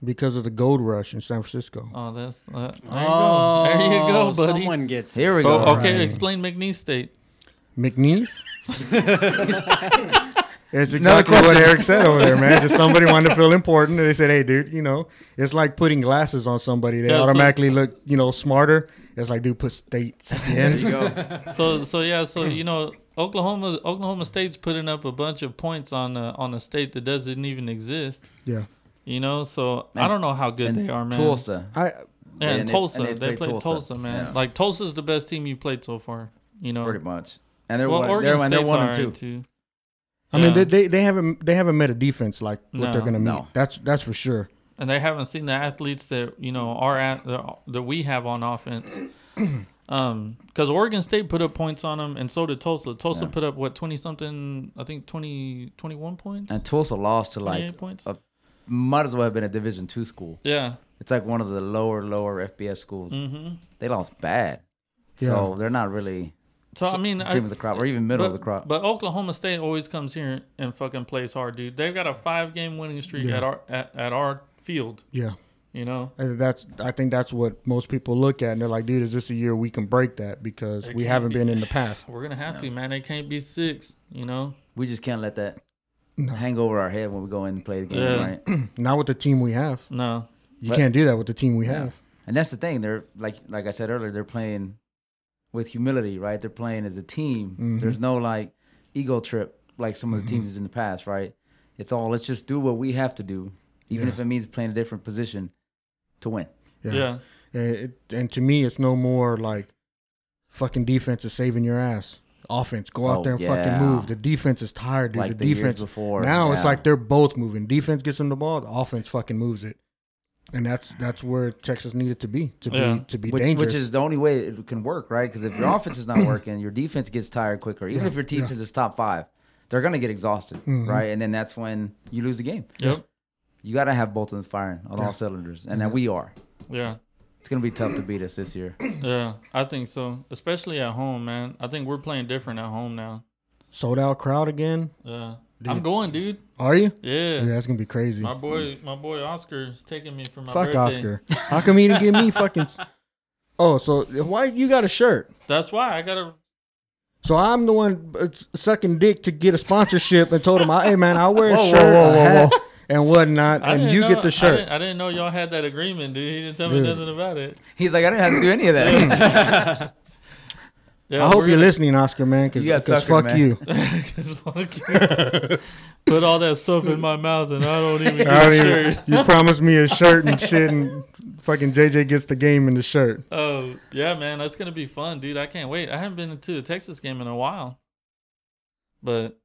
because of the gold rush in San Francisco. oh, that's uh, there you go. There you go, buddy. Oh, Someone gets Here we Bro, Oh, go. Oh, okay, Right. explain McNeese State. McNeese? It's Another exactly what question. Eric said over there, man. Just somebody wanted to feel important, and they said, "Hey, dude, you know, it's like putting glasses on somebody. They Yeah, so- automatically look, you know, smarter." It's like, dude, put states There in. you go. so so yeah, so you know, Oklahoma Oklahoma State's putting up a bunch of points on a, on a state that doesn't even exist. yeah, You know, so I don't know how good they And are, man. Tulsa. I yeah, Yeah, and, and they- Tulsa. and they they played played Tulsa, Tulsa. man. Yeah. Like Tulsa's the best team you played so far. You know, pretty much. And they're well, one, Oregon they're, State's and they're one and alright, two. too. I mean, Yeah. they, they they haven't they haven't met a defense like what No, they're gonna meet. no. That's that's for sure. and they haven't seen the athletes that you know are at that we have on offense. Um, because Oregon State put up points on them, and so did Tulsa. Tulsa Yeah. put up what twenty something? I think 20, 21 points, And Tulsa lost to twenty eight like points. a- might as well have been a Division two school. yeah. It's like one of the lower lower FBS schools. Mm-hmm. They lost bad, so they're not really So I mean, I, cream of the crop or even middle of but- the crop. But Oklahoma State always comes here and fucking plays hard, dude. They've got a five game winning streak Yeah. at our at, at our field. Yeah, You know, And Uh, that's I think that's what most people look at, and they're like, dude, is this a year we can break that because It we can't haven't be. been in the past. we're gonna have to, man. They can't be six. You know, we just can't let that No. hang over our head when we go in and play the game, Yeah. right? Not with the team we have. no. You But- can't do that with the team we Yeah. have. And that's the thing. They're like like I said earlier, they're playing with humility, right? They're playing as a team. Mhm. There's no like ego trip like some of the Mm-hmm. teams in the past, right? It's all let's just do what we have to do, even Yeah. if it means playing a different position to win. Yeah. And, Eh, it, and to me, it's no more like fucking defense is saving your ass. Offense, go out Oh, there and yeah. fucking move. The defense is tired, dude. like the, the, years defense. before. now it's yeah. like they're both moving. Defense gets them the ball. The offense fucking moves it, and that's that's where Texas needed to be to Yeah. be to be which, dangerous. which is the only way it can work, right? Because if your offense is not working, your defense gets tired quicker. Even Yeah, if your yeah. defense is top five, they're gonna get exhausted, Mhm. right? And then that's when you lose the game. Yep. You gotta have both of them firing on Yeah. Mm-hmm. all cylinders, and that we are. Yeah. It's gonna be tough to beat us this year. Yeah, I think so. Especially at home, man. I think we're playing different at home now. sold out crowd again. Yeah. Dude. I'm going, dude. Are you? Yeah. Yeah, that's gonna be crazy. My boy, my boy Oscar is taking me for my Fuck birthday. Oscar. How come he didn't give me fucking? Oh, so why you got a shirt? That's why I gotta. So I'm the one uh, s- sucking dick to get a sponsorship and told him, "Hey man, I'll wear a Whoa, whoa, shirt, whoa, a whoa, hat, and whatnot, I and didn't you know- get I the shirt." didn't, I didn't know y'all had that agreement, dude. He didn't tell me Dude. nothing about it. He's like, I didn't have to do any of that. Yeah, I, hope we're you're gonna- listening, Oscar man, because You got suckered, fuck man. you. 'Cause fuck you. Put all that stuff in my mouth, and I don't even get I a don't shirt. even, you promised me a shirt and shit, and fucking JJ gets the game in the shirt. Oh yeah, man, that's gonna be fun, dude. I can't wait. I haven't been to a Texas game in a while, but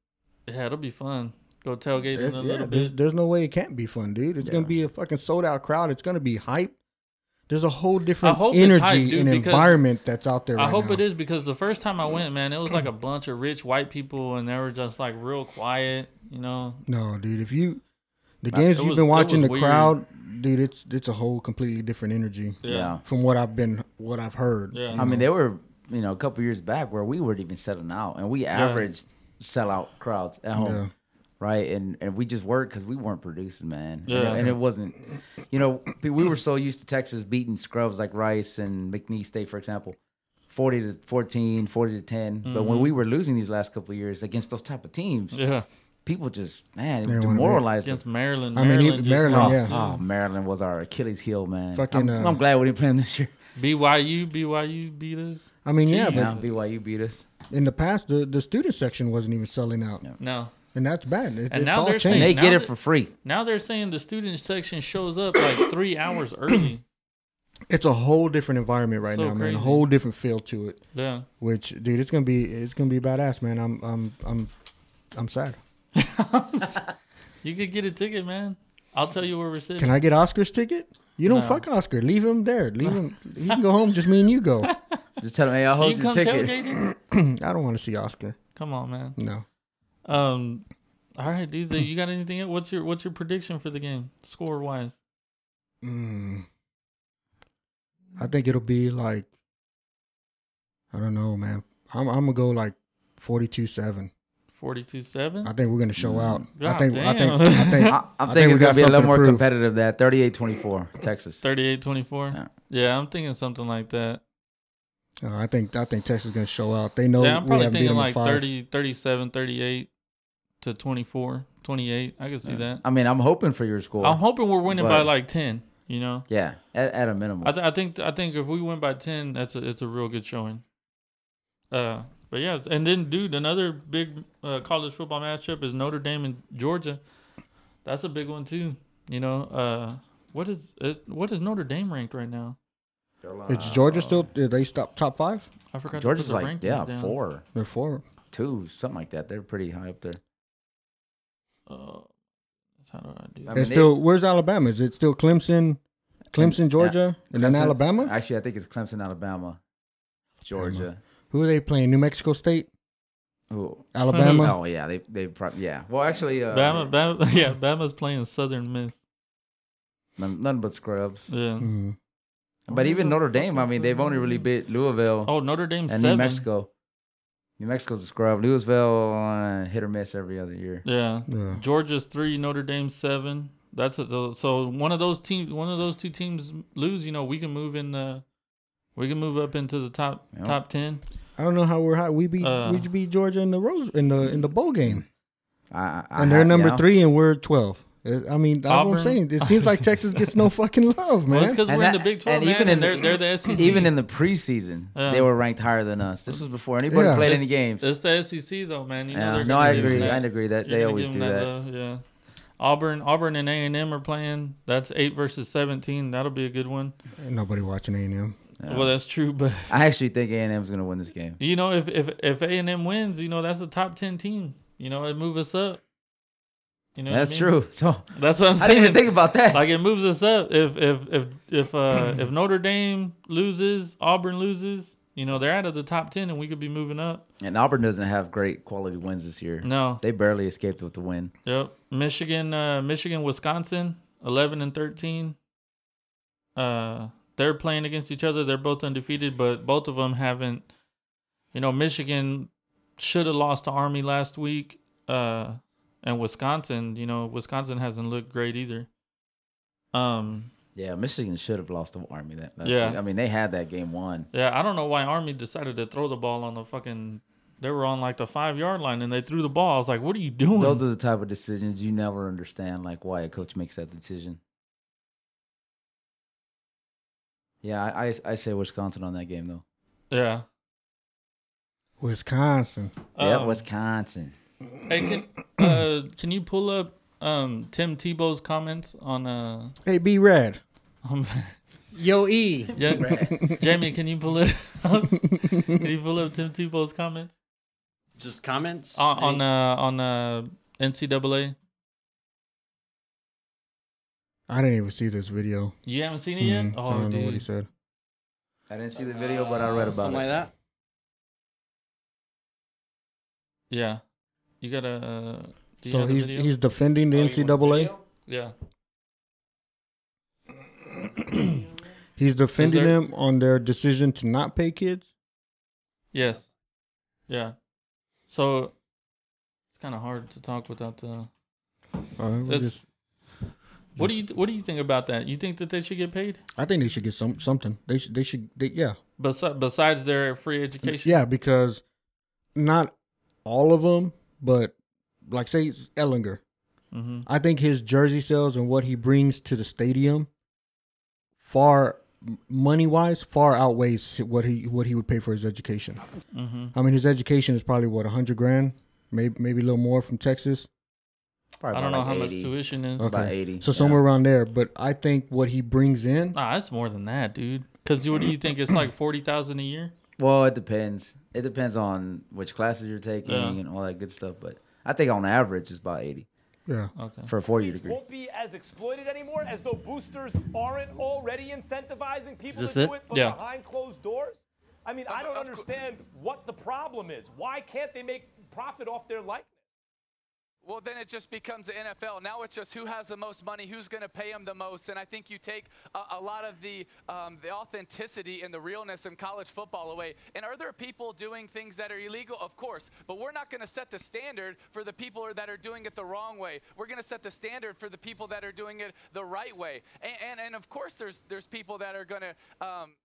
yeah, it'll be fun. Go tailgate in It's- a yeah, little there's, bit. there's no way it can't be fun, dude. It's Yeah. gonna be a fucking sold out crowd. It's gonna be hype. There's a whole different hope it's energy hype, dude, and because environment that's out there. I right hope now. it is because the first time I went, man, it was like a bunch of rich white people, and they were just like real quiet, you know. No, dude. If you the I- games it you've was- been it watching, was the weird. crowd, dude, it's it's a whole completely different energy yeah. from what I've been what I've heard. Yeah. I mean, they were, you know, a couple years back where we weren't even selling out, and we averaged sellout crowds at home, Yeah. right? And and we just worked because we weren't producing, man. And it- Yeah. And, it wasn't, you know, we we were so used to Texas beating scrubs like Rice and McNeese State, for example. 40 to 14, 40 to 10. But when we were losing these last couple of years against those type of teams, Mm-hmm. Yeah, people just, man, it They was wanna be- demoralized. us. against Maryland. I mean, Maryland, even just Maryland, lost, yeah. too. Oh, Maryland was our Achilles heel, man. Fucking, I'm, uh, I'm glad we didn't play them this year. BYU, BYU beat us. I mean, yeah, Yeah, but BYU beat us. in the past, the, the student section wasn't even selling out, No, and that's bad. It, And it's now all they're changed. saying- And they now get it that- for free. now they're saying the student section shows up like three hours early. it's a whole different environment right So now, man. crazy. A whole different feel to it. Yeah, Which, dude, it's gonna be it's gonna be badass, man. I'm I'm I'm I'm sad. you could get a ticket, man. I'll tell you where we're sitting. Can I get Oscar's ticket? You don't No. fuck Oscar. Leave him there. Leave him. he can go home. Just me and you go. I Just tell them, hey, I'll Will hold you your come ticket. tailgating? don't want to see Oscar. Come on, man. No. Um, all right, dude. You got anything? else? What's your What's your prediction for the game, score wise? Mm. I think it'll be like I don't know, man. I'm I'm gonna go like forty-two seven. Forty-two seven. I think we're gonna show out. I God think I think I damn. think I, I think think, we got it's going to be a something little to more prove. competitive than that. 38 24, Texas. 38-24. Yeah. Yeah, I'm thinking something like that. Uh, I think I think Texas is going to show out. They know yeah, I'm we probably haven't beat thinking them like in five. 30, 37, 38 to 24, 28. I can see that. I mean, I'm hoping for your score. I'm hoping we're winning by But- like 10, you know? yeah, at, at a minimum. I, th- I think I think if we win by ten, that's a it's a real good showing. Uh, but yeah, and then dude, another big uh, college football matchup is Notre Dame and Georgia. That's a big one too. You know, uh, what is is- what is Notre Dame ranked right now? uh, It's Georgia still. Did they stop top five? I forgot. to put Georgia's the like rankings yeah, down. four, They're four. two, something like that. They're pretty high up there. Uh, how do I do? I That? mean, it's they- still. Where's Alabama? Is it still Clemson? Clemson, And- Georgia, and then Clemson- Alabama. Actually, I think it's Clemson, Alabama, Georgia. Who are they playing? New Mexico State, Ooh. Alabama. Oh yeah, they they probably yeah. Well, actually, uh, Bama, Bama, yeah, Bama's playing Southern Miss. none, none but scrubs. Yeah. Mhm. But even Notre Dame, I mean, they've only really beat Louisville Oh, Notre Dame and seven. New Mexico. New Mexico's a scrub. Louisville uh, hit or miss every other year. Yeah, Yeah. Georgia's three, Notre Dame seven. That's it. So, so one of those teams, one of those two teams lose, you know, we can move in the, we can move up into the top Yeah. top ten. I don't know how we're high. We beat Uh, we beat Georgia in the rose in the in the bowl game, I, I, I and they're have- number yeah. three, and we're twelve. Uh, I mean, that's what Auburn. I'm saying. It seems like Texas gets no fucking love, Well, it's man. because And we're in the that- Big Twelve, and man, even and in they're they're the E SEC. Even in the preseason, Yeah. they were ranked higher than us. This was before anybody Yeah. played It's- any games. it's the SEC though, man. You know, yeah. they're No, gonna I give agree. them I that- agree that you're they gonna always give do them that. love, yeah. Auburn, Auburn, and A and M are playing. That's eight versus seventeen. That'll be a good one. Ain't Nobody watching A and M. Yeah. Well, that's true, but I actually think A and M's going to win this game. you know, if if if A and M wins, you know, that's a top ten team. You know, it move us up. You know, what I That's mean? true. So That's what I'm saying. I didn't even think about that. like it moves us up. If if if if uh, if Notre Dame loses, Auburn loses. You know they're out of the top ten, and we could be moving up. and Auburn doesn't have great quality wins this year. No, They barely escaped with the win. yep. Michigan, uh, Michigan, Wisconsin, eleven and thirteen. Uh, they're playing against each other. They're both undefeated, but both of them haven't. You know, Michigan should have lost to Army last week. Uh, and Wisconsin, you know, Wisconsin hasn't looked great either. Um, Yeah, Michigan should have lost to Army that. Last Yeah. yeah, I mean they had that game won. Yeah, I don't know why Army decided to throw the ball on the fucking. They were on like the five yard line and they threw the ball. I was like, "What are you doing?" Those are the type of decisions you never understand, like why a coach makes that decision. Yeah, I, I, I say Wisconsin on that game though. yeah, Wisconsin. yeah, Um, Wisconsin. Hey, can uh, can you pull up um Tim Tebow's comments on uh? Hey, B Red. On, Yo, E. yeah, Jamie, can you pull it? Up? can you pull up Tim Tebow's comments Just comments on on Any- uh on uh NCAA? I didn't even see this video. You haven't seen it yet? Mm, so I Oh, don't know what he dude. said. I didn't see the video, but I read about something like it. that. Yeah, you gotta. Uh, do you So have the he's video? Oh, he's defending the NCAA. yeah. He's defending there- them on their decision to not pay kids. Yes. Yeah. So it's kind of hard to talk without the. All right, we'll It's- just- What do you What do you think about that? You think that they should get paid? I think they should get some something. They should. They should. They, yeah. Besi- besides their free education. Yeah, because not all of them, but like say it's Ellinger, Mm-hmm. I think his jersey sales and what he brings to the stadium, far money wise, far outweighs what he what he would pay for his education. Mm-hmm. I mean, his education is probably what a hundred grand, maybe maybe a little more from Texas. Probably I don't know about like how 80. much tuition is. Okay. About eighty. So yeah. somewhere around there, but I think what he brings in, Nah, it's more than that, dude. Because what do you think? It's like forty thousand a year. Well, it depends. It depends on which classes you're taking Yeah. and all that good stuff. But I think on average it's about eighty yeah, Okay. for a four-year Athletes degree. won't be as exploited anymore as though boosters aren't already incentivizing people this to do it? it but Yeah. behind closed doors. I mean, I don't understand what the problem is. Why can't they make profit off their likeness? Well, then it just becomes the NFL. Now it's just who has the most money, who's going to pay him the most. And I think you take a, a lot of the, um, the authenticity and the realness in college football away. And are there people doing things that are illegal? Of course. But we're not going to set the standard for the people that are doing it the wrong way. We're going to set the standard for the people that are doing it the right way. And, and, and of course, there's, there's people that are going to. Um,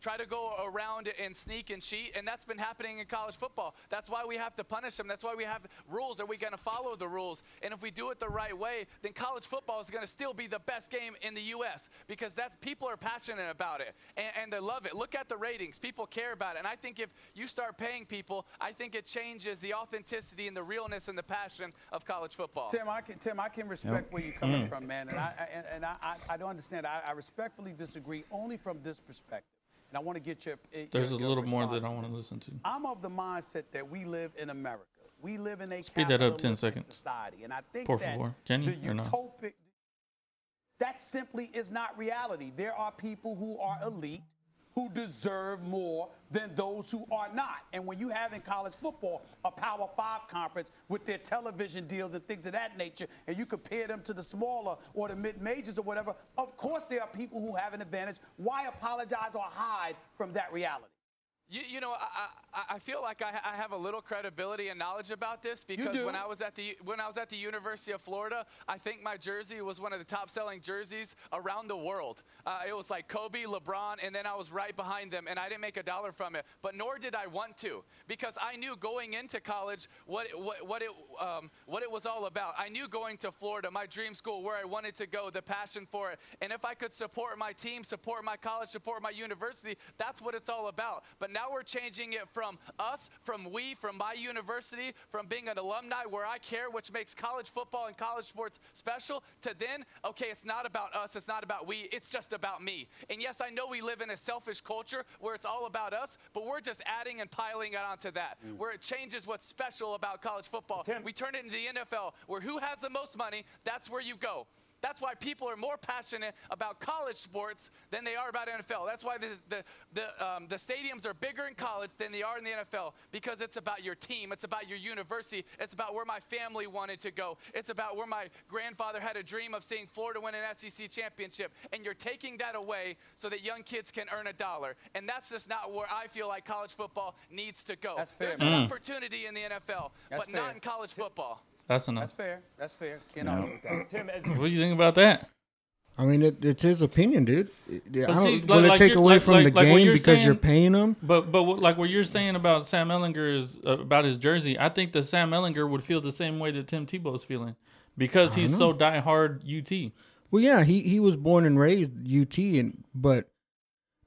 try to go around and sneak and cheat, and that's been happening in college football. That's why we have to punish them. That's why we have rules. Are we going to follow the rules? And if we do it the right way, then college football is going to still be the best game in the U.S. because that's people are passionate about it and, and they love it. Look at the ratings; people care about it. And I think if you start paying people, I think it changes the authenticity and the realness and the passion of college football. Tim, I can Tim, I can respect where you're Mm. coming from, man, and I and, and I, I, I don't understand. I, I respectfully disagree only from this perspective, and I want to get your. eh, your- There's a your little more response that I want this. to listen to. I'm of the mindset that we live in America. We live in a Speed that up 10 capitalistic seconds. society, and I think Por that favor. Can the you or no? utopic that simply is not reality. There are people who are elite who deserve more than those who are not. And when you have in college football a Power Five conference with their television deals and things of that nature, and you compare them to the smaller or the mid majors or whatever, of course there are people who have an advantage. Why apologize or hide from that reality? You, you know, I, I, I feel like I, I have a little credibility and knowledge about this because do. when I was at the when I was at the University of Florida, I think my jersey was one of the top-selling jerseys around the world. Uh, it was like Kobe, LeBron, and then I was right behind them, and I didn't make a dollar from it. But nor did I want to because I knew going into college what it, what what it um, what it was all about. I knew going to Florida, my dream school, where I wanted to go, the passion for it, and if I could support my team, support my college, support my university, that's what it's all about. But now we're changing it from us, from we, from my university, from being an alumni where I care, which makes college football and college sports special, to then, okay, it's not about us, it's not about we, it's just about me. And yes, I know we live in a selfish culture where it's all about us, but we're just adding and piling it onto that, where it changes what's special about college football. We turn it into the NFL, where who has the most money, that's where you go. That's why people are more passionate about college sports than they are about NFL. That's why this, the, the, um, the stadiums are bigger in college than they are in the NFL because it's about your team, it's about your university, it's about where my family wanted to go, it's about where my grandfather had a dream of seeing Florida win an SEC championship. And you're taking that away so that young kids can earn a dollar. And that's just not where I feel like college football needs to go. That's fair, There's man. an opportunity in the NFL, but That's fair. not in college football. That's enough. That's fair. That's fair. Can't argue with that. Tim, as What do you think about that? I mean, it, it's his opinion, dude. It- But I don't- see, will like- it like take you're- away like- from the like- like what game you're because you're saying- paying him? But but what, like what you're saying about Sam Ellinger is uh, about his jersey. I think that Sam Ellinger would feel the same way that Tim Tebow's feeling because he's so diehard UT. Well, yeah, he, he was born and raised UT, and but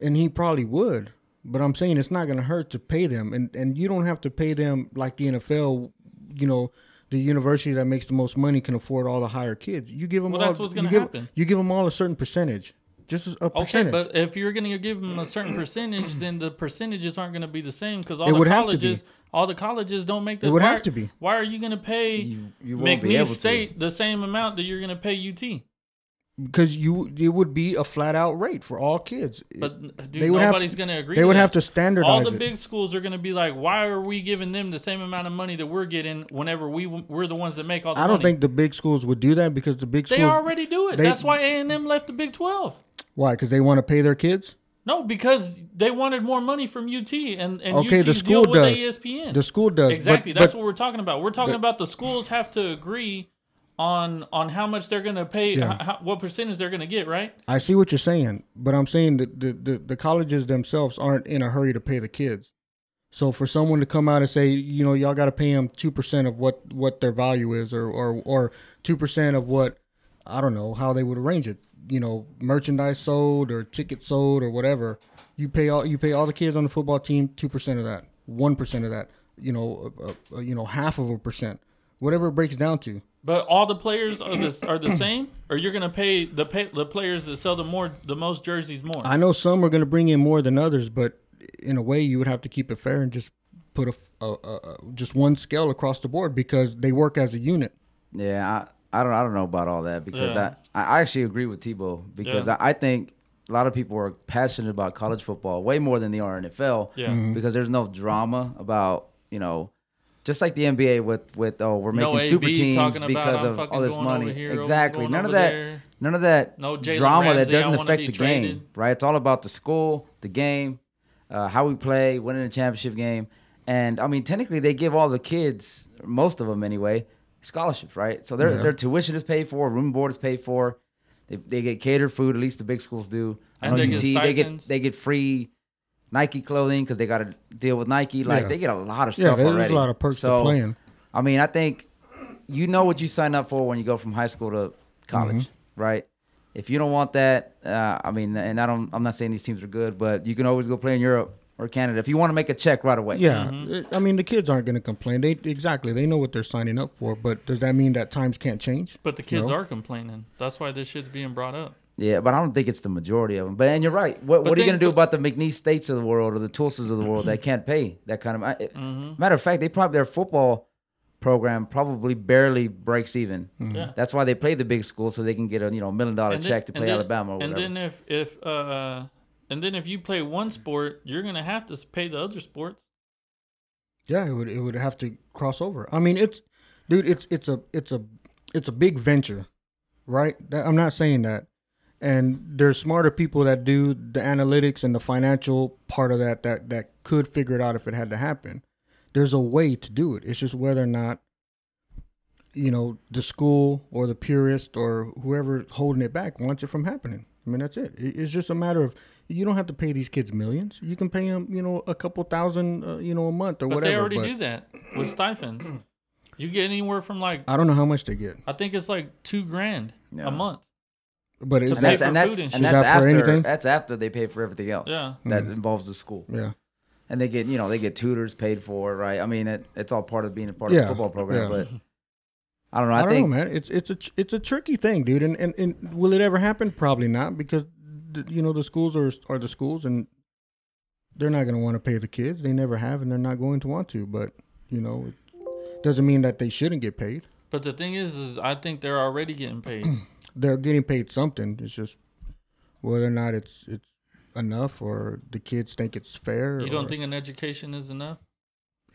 and he probably would. But I'm saying it's not going to hurt to pay them, and and you don't have to pay them like the NFL. You know, the university that makes the most money can afford all the higher kids. You give them Well, all. that's what's you gonna give- happen. You give them all a certain percentage, just a Okay, percentage. but if you're going to give him a certain percentage, then the percentages aren't going to be the same because all It the would have to be. colleges, all the colleges don't make the. It would why- have to be. Why are you going to pay You- you won't be McNeese able to. State the same amount that you're going to pay UT? because you it would be a flat out rate for all kids. But dude, They would have- nobody's going to agree. they to would that. have to standardize All the it. big schools are going to be like, why are we giving them the same amount of money that we're getting whenever we we're the ones that make all the I don't money? think the big schools would do that because the big schools they already do it. they- That's why A and M left the Big Twelve. why because they want to pay their kids. No, because they wanted more money from UT and and Okay, UT's the school deal does. with ESPN. The school does but- exactly. That's but- what we're talking about. We're talking the- about the schools have to agree on on how much they're going to pay, Yeah. how, what percentage they're going to get, right? I see what you're saying, but I'm saying that the, the, the colleges themselves aren't in a hurry to pay the kids. So for someone to come out and say, you know, y'all got to pay them two percent of what what their value is, or or or two percent of what I don't know how they would arrange it. You know, merchandise sold or tickets sold or whatever. You pay all you pay all the kids on the football team two percent of that, one percent of that. You know, uh, uh, you know half of a percent, whatever it breaks down to. But all the players are the are the same, or you're gonna pay the pay, the players that sell the more the most jerseys more. I know some are going to bring in more than others, but in a way, you would have to keep it fair and just put a, a, a, a just one scale across the board because they work as a unit. Yeah, I, I don't I don't know about all that because Yeah. I, I actually agree with Tebow because Yeah. I, I think a lot of people are passionate about college football way more than they are NFL. Yeah. Mhm. Because there's no drama about, you know, just like the NBA with with oh we're No making super AB teams talking about, because "I'm of all fucking this going money. over here, I'm exactly. going None of over that there. none of that No Jalen drama Ramsey, that I doesn't wanna affect be the traded. game right? It's all about the school, the game, uh, how we play, winning a championship game. And I mean, technically, they give all the kids, most of them anyway, scholarships, right? So their, their tuition is paid for, room and board is paid for. They, they get catered food, at least the big schools do. I And know they get UT, they get stipends. they get free Nike clothing because they got to deal with Nike. Like Yeah. they get a lot of Yeah, stuff there's a already. lot of perks to so, playing. I mean, I think you know what you sign up for when you go from high school to college, right? If you don't want that, uh, I mean, and I don't, I'm not saying these teams are good, but you can always go play in Europe or Canada if you want to make a check right away. Yeah, Uh, I mean the kids aren't going to complain. They exactly they know what they're signing up for. But does that mean that times can't change? But the kids No. are complaining. That's why this shit's being brought up. Yeah, but I don't think it's the majority of them. But and you're right. What, what are you then- going to do but- about the McNeese states of the world or the Tulsas of the world that can't pay that kind of? I, Mm-hmm. Matter of fact, they probably their football program probably barely breaks even. Mm-hmm. Yeah. That's why they play the big school so they can get a you know million dollar And then- check to and play then- Alabama or and whatever. then if if uh, and then if you play one sport, you're gonna have to pay the other sports. Yeah, it would it would have to cross over. I mean, it's dude, it's it's a it's a it's a big venture, right? That, I'm not saying that. And there's smarter people that do the analytics and the financial part of that that that could figure it out if it had to happen. There's a way to do it. It's just whether or not you know the school or the purist or whoever holding it back wants it from happening. I mean, that's it. It- It's just a matter of you don't have to pay these kids millions. You can pay them, you know, a couple thousand, uh, you know, a month or But whatever. they already but- do that with stipends. you get anywhere from like I don't know how much they get, I think it's like two grand Yeah. a month. but To it's pay that's for and that's food and and shit. that's Is that for after anything? Mm-hmm. that's after they pay for everything else. Yeah. that involves the school, yeah, and they get you know they get tutors paid for, right? I mean, it, it's all part of being a part of Yeah, the football program, yeah. but. I don't know. I, I, don't think know, man. It's it's a tr- it's a tricky thing, dude. And, and and will it ever happen? Probably not, because th- you know the schools are are the schools, and they're not going to want to pay the kids. They never have, and they're not going to want to. But you know, it doesn't mean that they shouldn't get paid. But the thing is, is I think they're already getting paid. They're getting paid something. It's just whether or not it's it's enough, or the kids think it's fair. you don't or- think an education is enough?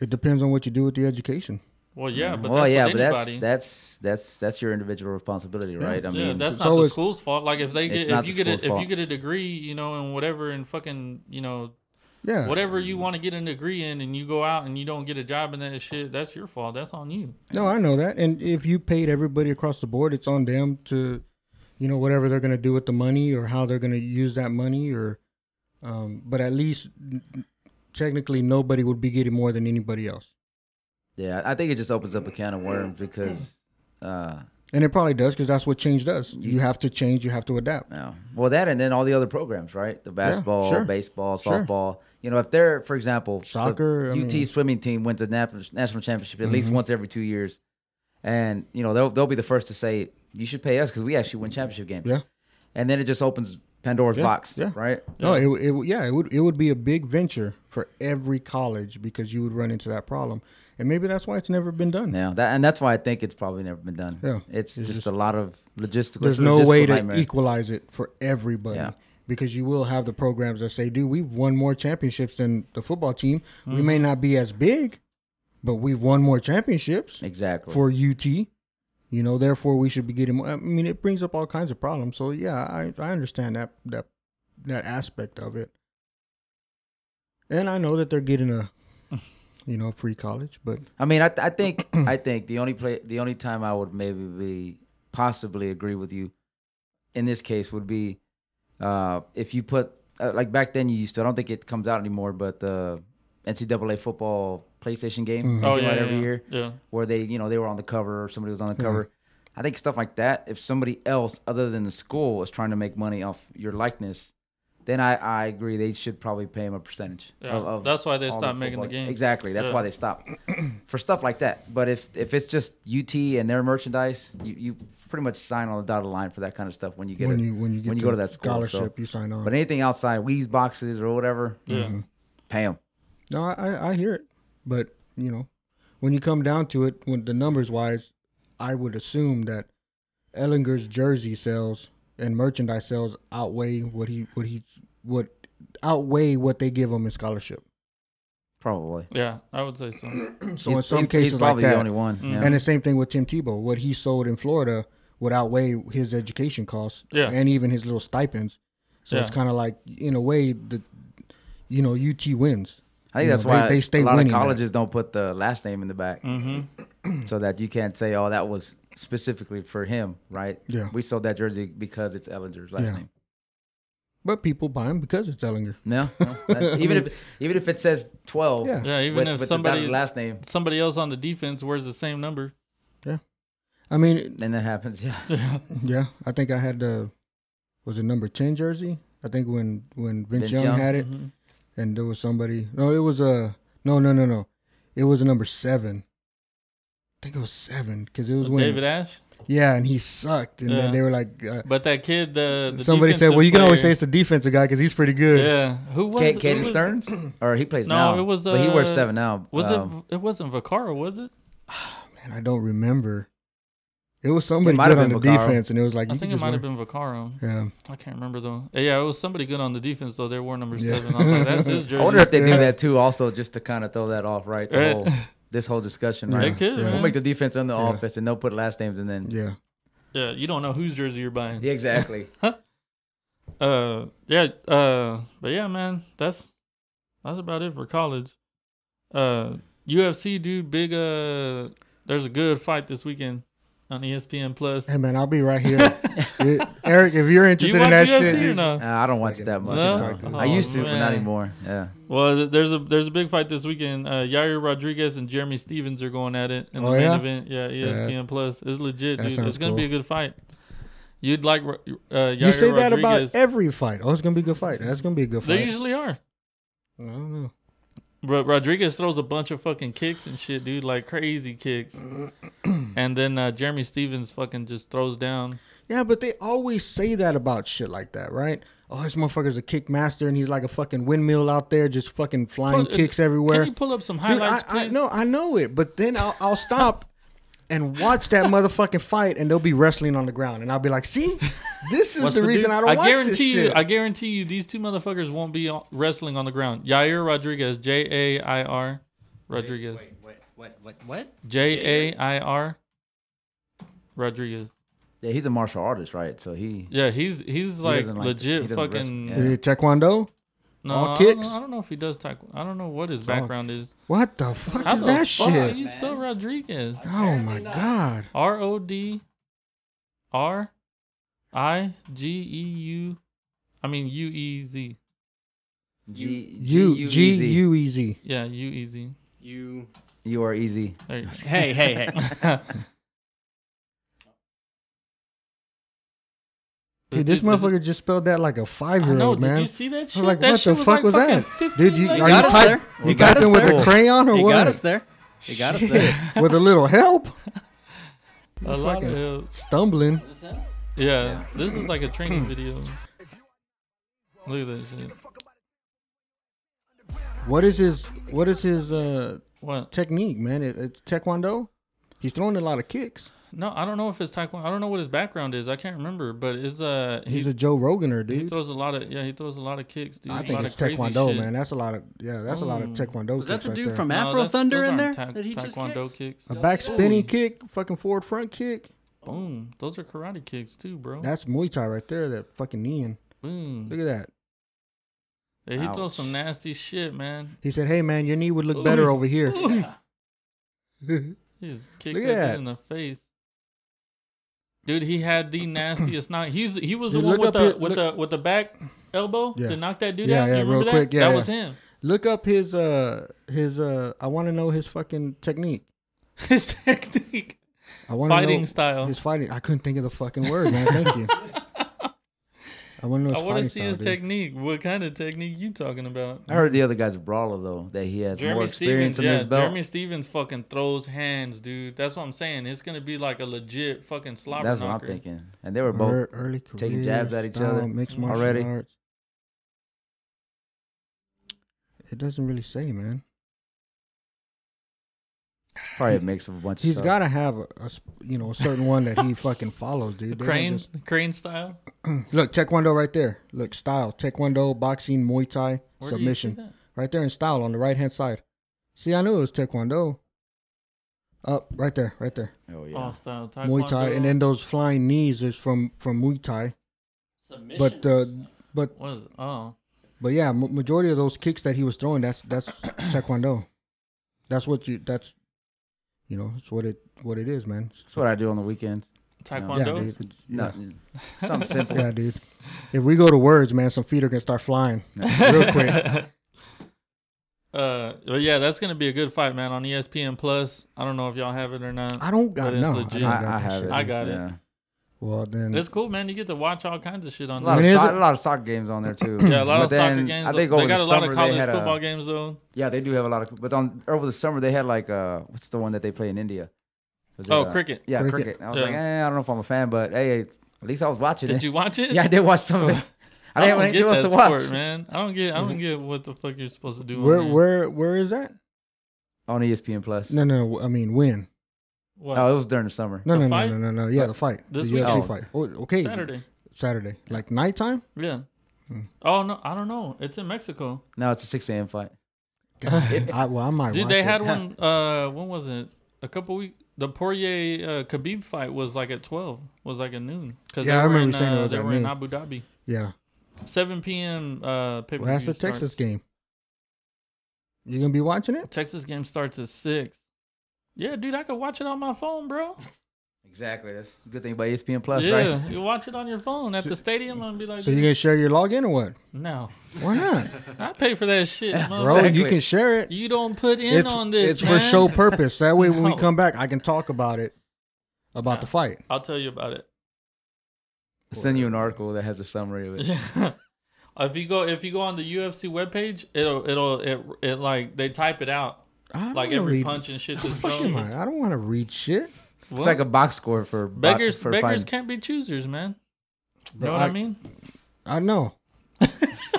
it depends on what you do with the education. Well, yeah, but well, that's yeah, with but that's anybody. that's that's that's your individual responsibility, right? I mean, yeah, that's so not the it's- school's fault. Like if they It's get not if you the get a, school's if you fault. get a degree, you know, and whatever, and fucking you know Yeah, whatever you want to get a degree in, and you go out and you don't get a job in that shit, that's your fault. That's on you. No, I know that. And if you paid everybody across the board, it's on them to, you know, whatever they're going to do with the money or how they're going to use that money or, um, but at least n- n- technically nobody would be getting more than anybody else. yeah. I think it just opens up a can of worms because, uh, And it probably does because that's what change does. You have to change, you have to adapt. no, well, that and then all the other programs, right? The basketball, sure. baseball, Sure. softball. You know, if they're, for example, the Soccer, I UT mean- Mm-hmm. swimming team wins the nap- national championship at least once every two years, and you know they'll they'll be the first to say you should pay us because we actually win championship games. Yeah. and then it just opens Pandora's box, yeah. right? No, it, w- it w- yeah, it would it would be a big venture for every college because you would run into that problem, and maybe that's why it's never been done. Yeah, that, and that's why I think it's probably never been done. Yeah. it's, It's just, just- a lot of logistical. there's it's a no way logistical to nightmare. equalize it for everybody Yeah. because you will have the programs that say, dude, we've won more championships than the football team. Mm-hmm. We may not be as big, but we've won more championships exactly. for UT. You know, therefore we should be getting more. I mean, it brings up all kinds of problems. So yeah, I, I understand that that that aspect of it. And I know that they're getting a you know, free college, but I mean, I, I think I think the only play, the only time I would maybe be possibly agree with you in this case would be uh, if you put uh, like back then you used to. I don't think it comes out anymore, but the NCAA football PlayStation game that Oh came yeah, out yeah, every yeah. year Yeah. Mm-hmm. where they you know they were on the cover or somebody was on the cover. I think stuff like that. If somebody else other than the school was trying to make money off your likeness, then I, I agree they should probably pay him a percentage. Yeah, Of, of that's why they all stopped making the football. game. Exactly. That's Yeah. why they stopped for stuff like that. But if if it's just UT and their merchandise, you, you pretty much sign on the dotted line for that kind of stuff when you get when a- you when you get when you the go to that school, so- scholarship, uh, you sign on. But anything outside, Wheeze boxes or whatever, Yeah. pay them. No, I- I, I hear it, but you know, when you come down to it, when the numbers wise, I would assume that Ellinger's jersey sales and merchandise sales outweigh what he what he what outweigh what they give him in scholarship. Probably. Yeah, I would say so. So in He's- some he's- cases he's like probably that, the only one. Mm-hmm. yeah. and the same thing with Tim Tebow. What he sold in Florida would outweigh his education costs, Yeah. and even his little stipends. So it's Yeah. kind of like, in a way, the you know UT wins. I think You that's know, why they- they stay a lot of winning that. colleges don't put the last name in the back, Mm-hmm. so that you can't say, "Oh, that was specifically for him." Right? Yeah. We sold that jersey because it's Ellinger's last Yeah. name. But people buy him because it's Ellinger. No, no, that's, even if even if it says twelve, Yeah. Yeah, even with- if with the somebody- dotted last name, Somebody else on the defense wears the same number. I mean, then that happens. Yeah, yeah, I think I had the was it number ten jersey? I think when when Vince, Vince Young, Young. Mm-hmm. had it, and there was somebody. No, it was a no, no, no, no. It was a number seven. I think it was seven because it was when Oh, David Ash. yeah, and he sucked, and Yeah. then they were like, uh, But that kid, the, the somebody said, defensive well, you can always say player- it's the defensive guy because he's pretty good. yeah. Who was Ca- who Caden was- Stearns, or he plays No, now. it was. Uh, but he wears seven now. Was Um, it? It wasn't Vaccaro, was it? Man, I don't remember. It was somebody might good have on the been Vaccaro. defense, and it was like I you think could it just might have wear- been Vaccaro. Yeah. I can't remember though. Uh, Yeah, it was somebody good on the defense though. They wore number Yeah. seven. I was like, that's his jersey. I wonder if they do that too, also just to kind of throw that off, right? The Right. whole this whole discussion, they right? could. Yeah. We'll man. make the defense and the Yeah. offense, and they'll put last names, and then Yeah. yeah, you don't know whose jersey you're buying. yeah, exactly. Uh, yeah. Uh, but yeah, man, that's that's about it for college. Uh, UFC, dude, big. Uh, there's a good fight this weekend on E ESPN Plus. Hey man, I'll be right here. It- Eric, if you're Do you interested watch in that UFC shit, or you- no? Uh, I don't watch it that much. No? no. I used to, Oh, but not man. anymore. Yeah, Well, th- there's a there's a big fight this weekend. Uh, Yair Rodriguez and Jeremy Stevens are going at it in Oh, the main yeah? event. Yeah, E ESPN Plus. It's legit, That dude. sounds It's gonna be a good fight. You'd like Ro- uh, Yair you say that Rodriguez. about every fight. Oh, it's gonna be a good fight. That's gonna be a good they fight. usually are. I don't know. But Rodriguez throws a bunch of fucking kicks and shit, dude, like crazy kicks. and then uh, Jeremy Stevens fucking just throws down. Yeah, but they always say that about shit like that, right? Oh, this motherfucker's a kick master, and he's like a fucking windmill out there, just fucking flying Pull- kicks everywhere. Uh, Can you pull up some Dude, highlights, I, I please? no, I know it, but then I'll, I'll stop and watch that motherfucking fight, and they'll be wrestling on the ground, and I'll be like, "See, this is What's the, the reason dude- I don't watch guarantee this you, shit." I guarantee you, these two motherfuckers won't be on- wrestling on the ground. Yair Rodriguez, J A I R, Rodriguez, What? What? What? What? J A I R, Rodriguez. yeah. He's a martial artist, right? So he Yeah, he's he's like doesn't like to- he legit doesn't wrestle, fucking. yeah. Uh, Taekwondo? No, All I don't know- kicks? I don't know if he does taekwondo. I don't know what his all- background is. What the fuck How is the that fuck shit? you spell Rodriguez? Oh my god. R O D R I G E U. I mean U E Z. G U G G U E Z. Yeah, U E Z. You. You are easy. There you go. Hey, hey, hey. Dude, this Did- did- motherfucker just spelled that like a five I year know. old, man. Did you see that I was shit? like, that what shit the fuck was, like that? fucking 15 Dude, you, legs. are got you, us type- there. you You got typed us in with there. a crayon or You what? got us there. You got us there. with a little help? a lot of fucking- help. Stumbling. Yeah, this is like a Hmm. training video. Look at that shit. What is his what is his uh What? technique, man? It, it's taekwondo? He's throwing a lot of kicks. No, I don't know if it's taekwondo. I don't know what his background is. I can't remember, but it's uh he, He's a Joe Roganer, he dude. throws a lot of yeah he throws a lot of kicks. Dude. a I think lot it's of crazy taekwondo, shit. man. That's a lot of yeah, that's a lot of Ooh. taekwondo. Oh. Was that kicks the right dude there. from No, Afro that's- Thunder those in there aren't taek- that he just taekwondo kicked? kicks. a back spinning kick, fucking forward front kick? Boom. Those are karate kicks too, bro. That's Muay Thai right there, that fucking knee in. Boom. Look at that. Yeah, he throws Ouch. some nasty shit, man. He said, "Hey man, your knee would look better over here." He just kicked that Look at dude that. in the face. Dude, he had the nastiest knock. He's he was the Dude, one look with up the here- with the with the back elbow Yeah. that knocked that dude Yeah, out. yeah, you remember real that? quick. Yeah, that yeah. was him. Look up his uh his uh I want to know his fucking technique. His technique. I want to Fighting know style. His fighting. I couldn't think of the fucking word, man. Thank you. I want to I want to know. His fighting see style, his dude. technique. What kind of technique you talking about? I heard the other guy's a brawler though that he has more Jeremy experience Stevens, under yeah. his belt. Jeremy Stevens fucking throws hands, dude. That's what I'm saying. It's gonna be like a legit fucking slobber That's what knocker. I'm thinking. And they were both. Ear- Early career, taking jabs at each other style, mixed martial already. arts. It doesn't really say, man. Probably a mix of a bunch of He's stuff. got to have a, a s- you know a certain one that he fucking follows, dude. They don't Crane, just- crane style. Look, Taekwondo right there. Look, style. Taekwondo, boxing, Muay Thai, Where do you see submission. that? Right there in style on the right hand side. See, I knew it was Taekwondo. Up, right there, right there. Oh yeah. Oh, style. Muay Thai, and Taekwondo. then those flying knees is from from Muay Thai. But uh, but What is oh but yeah, m- majority of those kicks that he was throwing, that's that's Taekwondo. That's what you. That's you know, it's what it what it is, man. That's what I do on the weekends. Taekwondo? Yeah, dude. It's, yeah. Nothing. Something simple. yeah, dude. If we go to words, man, some feet are gonna start flying real quick. Uh, but yeah, that's gonna be a good fight, man. On E ESPN Plus. I don't know if y'all have it or not. I don't got But it's no. legit. I, don't I- got I, I that have shit. it. I got it. Yeah. Well then, It's cool, man. You get to watch all kinds of shit on A lot, there. When of is soc- it? a lot of soccer games on there too. Yeah, a lot But of soccer then, games. I think they over got a the lot summer of they college had a- football games though. Yeah, they do have a lot of. But on over the summer they had like uh, what's the one that they play in India? Was it, Oh, uh, cricket. Yeah, Cricket. cricket. I was Yeah. like, eh, I don't know if I'm a fan, but hey, at least I was watching Did it. you watch it? Yeah, I did watch some of it. I I didn't have don't anything get else that to sport, watch man. I don't get. I don't get what the fuck you're supposed to do. Mm-hmm. where on there. where where is that? on E ESPN Plus. No, no, no. I mean, when? What? Oh, it was during the summer. No, The no, no, fight? no, no, no. Yeah, the fight. This the UFC weekend? fight. Oh, okay. Saturday. Saturday. Like nighttime. Yeah. Mm. Oh no, I don't know. It's in Mexico. No, it's a 6 a.m. fight. I, well, I might. Dude, watch they it. had one. Uh, when was it? A couple weeks. The Poirier uh, Khabib fight was like at twelve. Was like at noon. Cause Yeah, they I were remember in, you saying it uh, was They at were in noon. Abu Dhabi. Yeah. Seven p.m. Uh, pay per Well, that's the Texas game. You gonna be watching it? Texas game starts at six. Yeah, dude, I could watch it on my phone, bro. Exactly. That's a good thing about E ESPN Plus, yeah, right? you watch it on your phone at the stadium and be like, So you gonna share your login or what? no, Why not, I pay for that shit, bro? bro. You Exactly. can share it. You don't put in It's on this. it's for man. show purpose. That way, when No. we come back, I can talk about it, about Yeah. the fight. I'll tell you about it. I'll send you an article that has a summary of it. Yeah. if you go if you go on the UFC webpage, it'll it'll it, it like they type it out I don't like wanna every read, punch and shit that's Fuck thrown. am I? I don't want to read shit. Well, It's like a box score for bo- beggars for beggars fighting. can't be choosers, man. You Bro, know what I, I- mean? I know.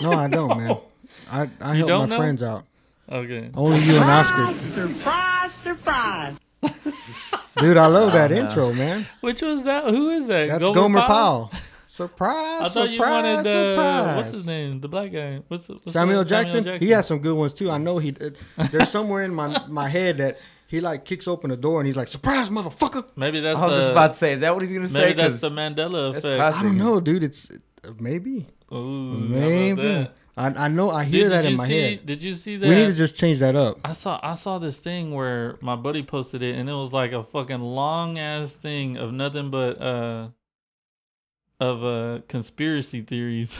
No, I don't, man. I I help don't my know? friends out. Okay. Only you and Oscar, Surprise, surprise. dude. I love that intro, man. Which was that? Who is that? That's Oh, Gomer Gomer, Pyle? Powell. Surprise! I thought surprise, you wanted uh, surprise. what's his name? The black guy. What's, what's Samuel the- Jackson? He has some good ones too. I know he. did. There's somewhere in my my head that he like kicks open the door and he's like, "Surprise, motherfucker!" Maybe that's I was just uh, about to say, is that what he's gonna say? maybe that's 'Cause the Mandela that's effect. I classic. don't know, dude. It's uh, maybe, Ooh, maybe. I, I know. I hear Dude, that did in you my see? head. Did you see that? We need to just change that up. I saw I saw this thing where my buddy posted it and it was like a fucking long ass thing of nothing but uh of uh conspiracy theories.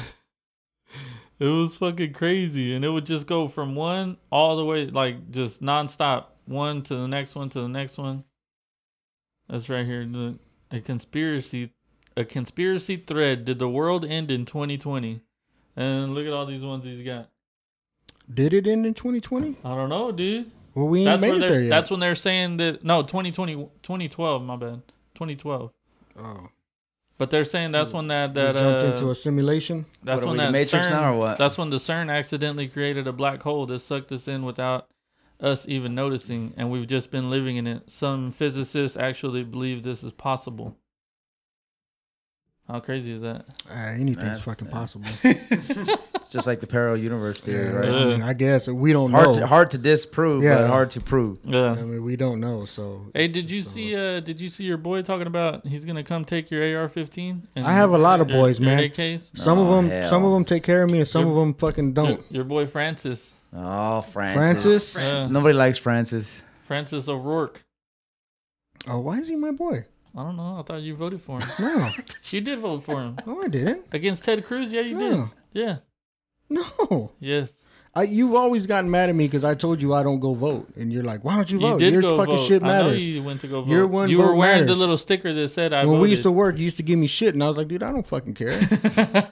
it was fucking crazy and it would just go from one all the way like just nonstop one to the next one to the next one. That's right here. The, a conspiracy a conspiracy thread. Did the world end in 2020? And look at all these ones he's got. Did it end in 2020? I don't know, dude. Well, we ain't That's made where it there they're, yet. that's when they're saying that no 2020 2012 my bad 2012 oh, but they're saying that's when that that we jumped uh, into a simulation. that's What, are when we that in Matrix CERN, now or what? that's when the CERN accidentally created a black hole that sucked us in without us even noticing and we've just been living in it some physicists actually believe this is possible how crazy is that Uh, anything's That's- fucking yeah. possible. It's just like the parallel universe theory, Yeah, right? I, mean, I guess we don't Hard know. to, hard to disprove, Yeah. but hard to prove. yeah I mean, we don't know. So Hey, did you see? Uh, did you see your boy talking about he's gonna come take your AR-15? And I have a lot of your- boys, your man. AKs? Some Oh, of them, hell. some of them take care of me, and some of them fucking Your, don't. your boy Francis, Oh, Francis. Uh, Nobody likes Francis. Francis O'Rourke. Oh, why is he my boy? I don't know. I thought you voted for him. No, you did vote for him no, I didn't. against Ted Cruz. Yeah, you No. did. Yeah. No, Yes. I, you've always gotten mad at me because I told you I don't go vote, and you're like, "Why don't you You vote? did Your go fucking vote. shit I know matters." you went to go vote. Your one you were vote wearing the matters. little sticker that said I when voted. we used to work, you used to give me shit, and I was like, "Dude, I don't fucking care."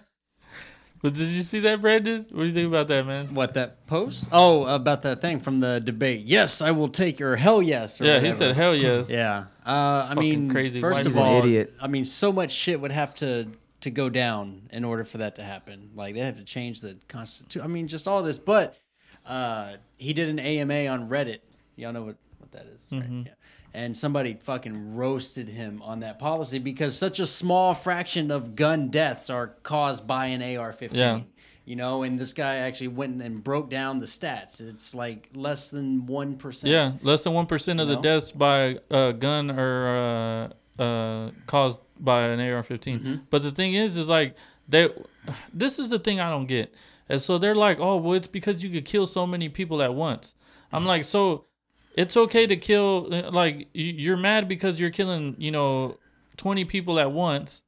but did you see that, Brandon? What do you think about that, man? What that post? Oh, about that thing from the debate. Yes, I will take your hell yes. Or Yeah, he whatever. said hell yes. Yeah, uh, I Fucking mean, crazy white first of dude. all, Idiot. I mean, so much shit would have to to go down in order for that to happen. Like they have to change the constitution. I mean, just all this. But uh, he did an AMA on Reddit. Y'all know what what that is, Mm-hmm. right? Yeah. And somebody fucking roasted him on that policy because such a small fraction of gun deaths are caused by an AR-15 Yeah. you know, and this guy actually went and broke down the stats. It's like less than one percent. Yeah, less than one percent of the No. deaths by uh, gun are uh, uh, caused by an AR-15. But the thing is, is like they. This is the thing I don't get, and so they're like, "Oh, well, it's because you could kill so many people at once." I'm like, so it's okay to kill. uh, Like y- you're mad because you're killing, you know, twenty people at once,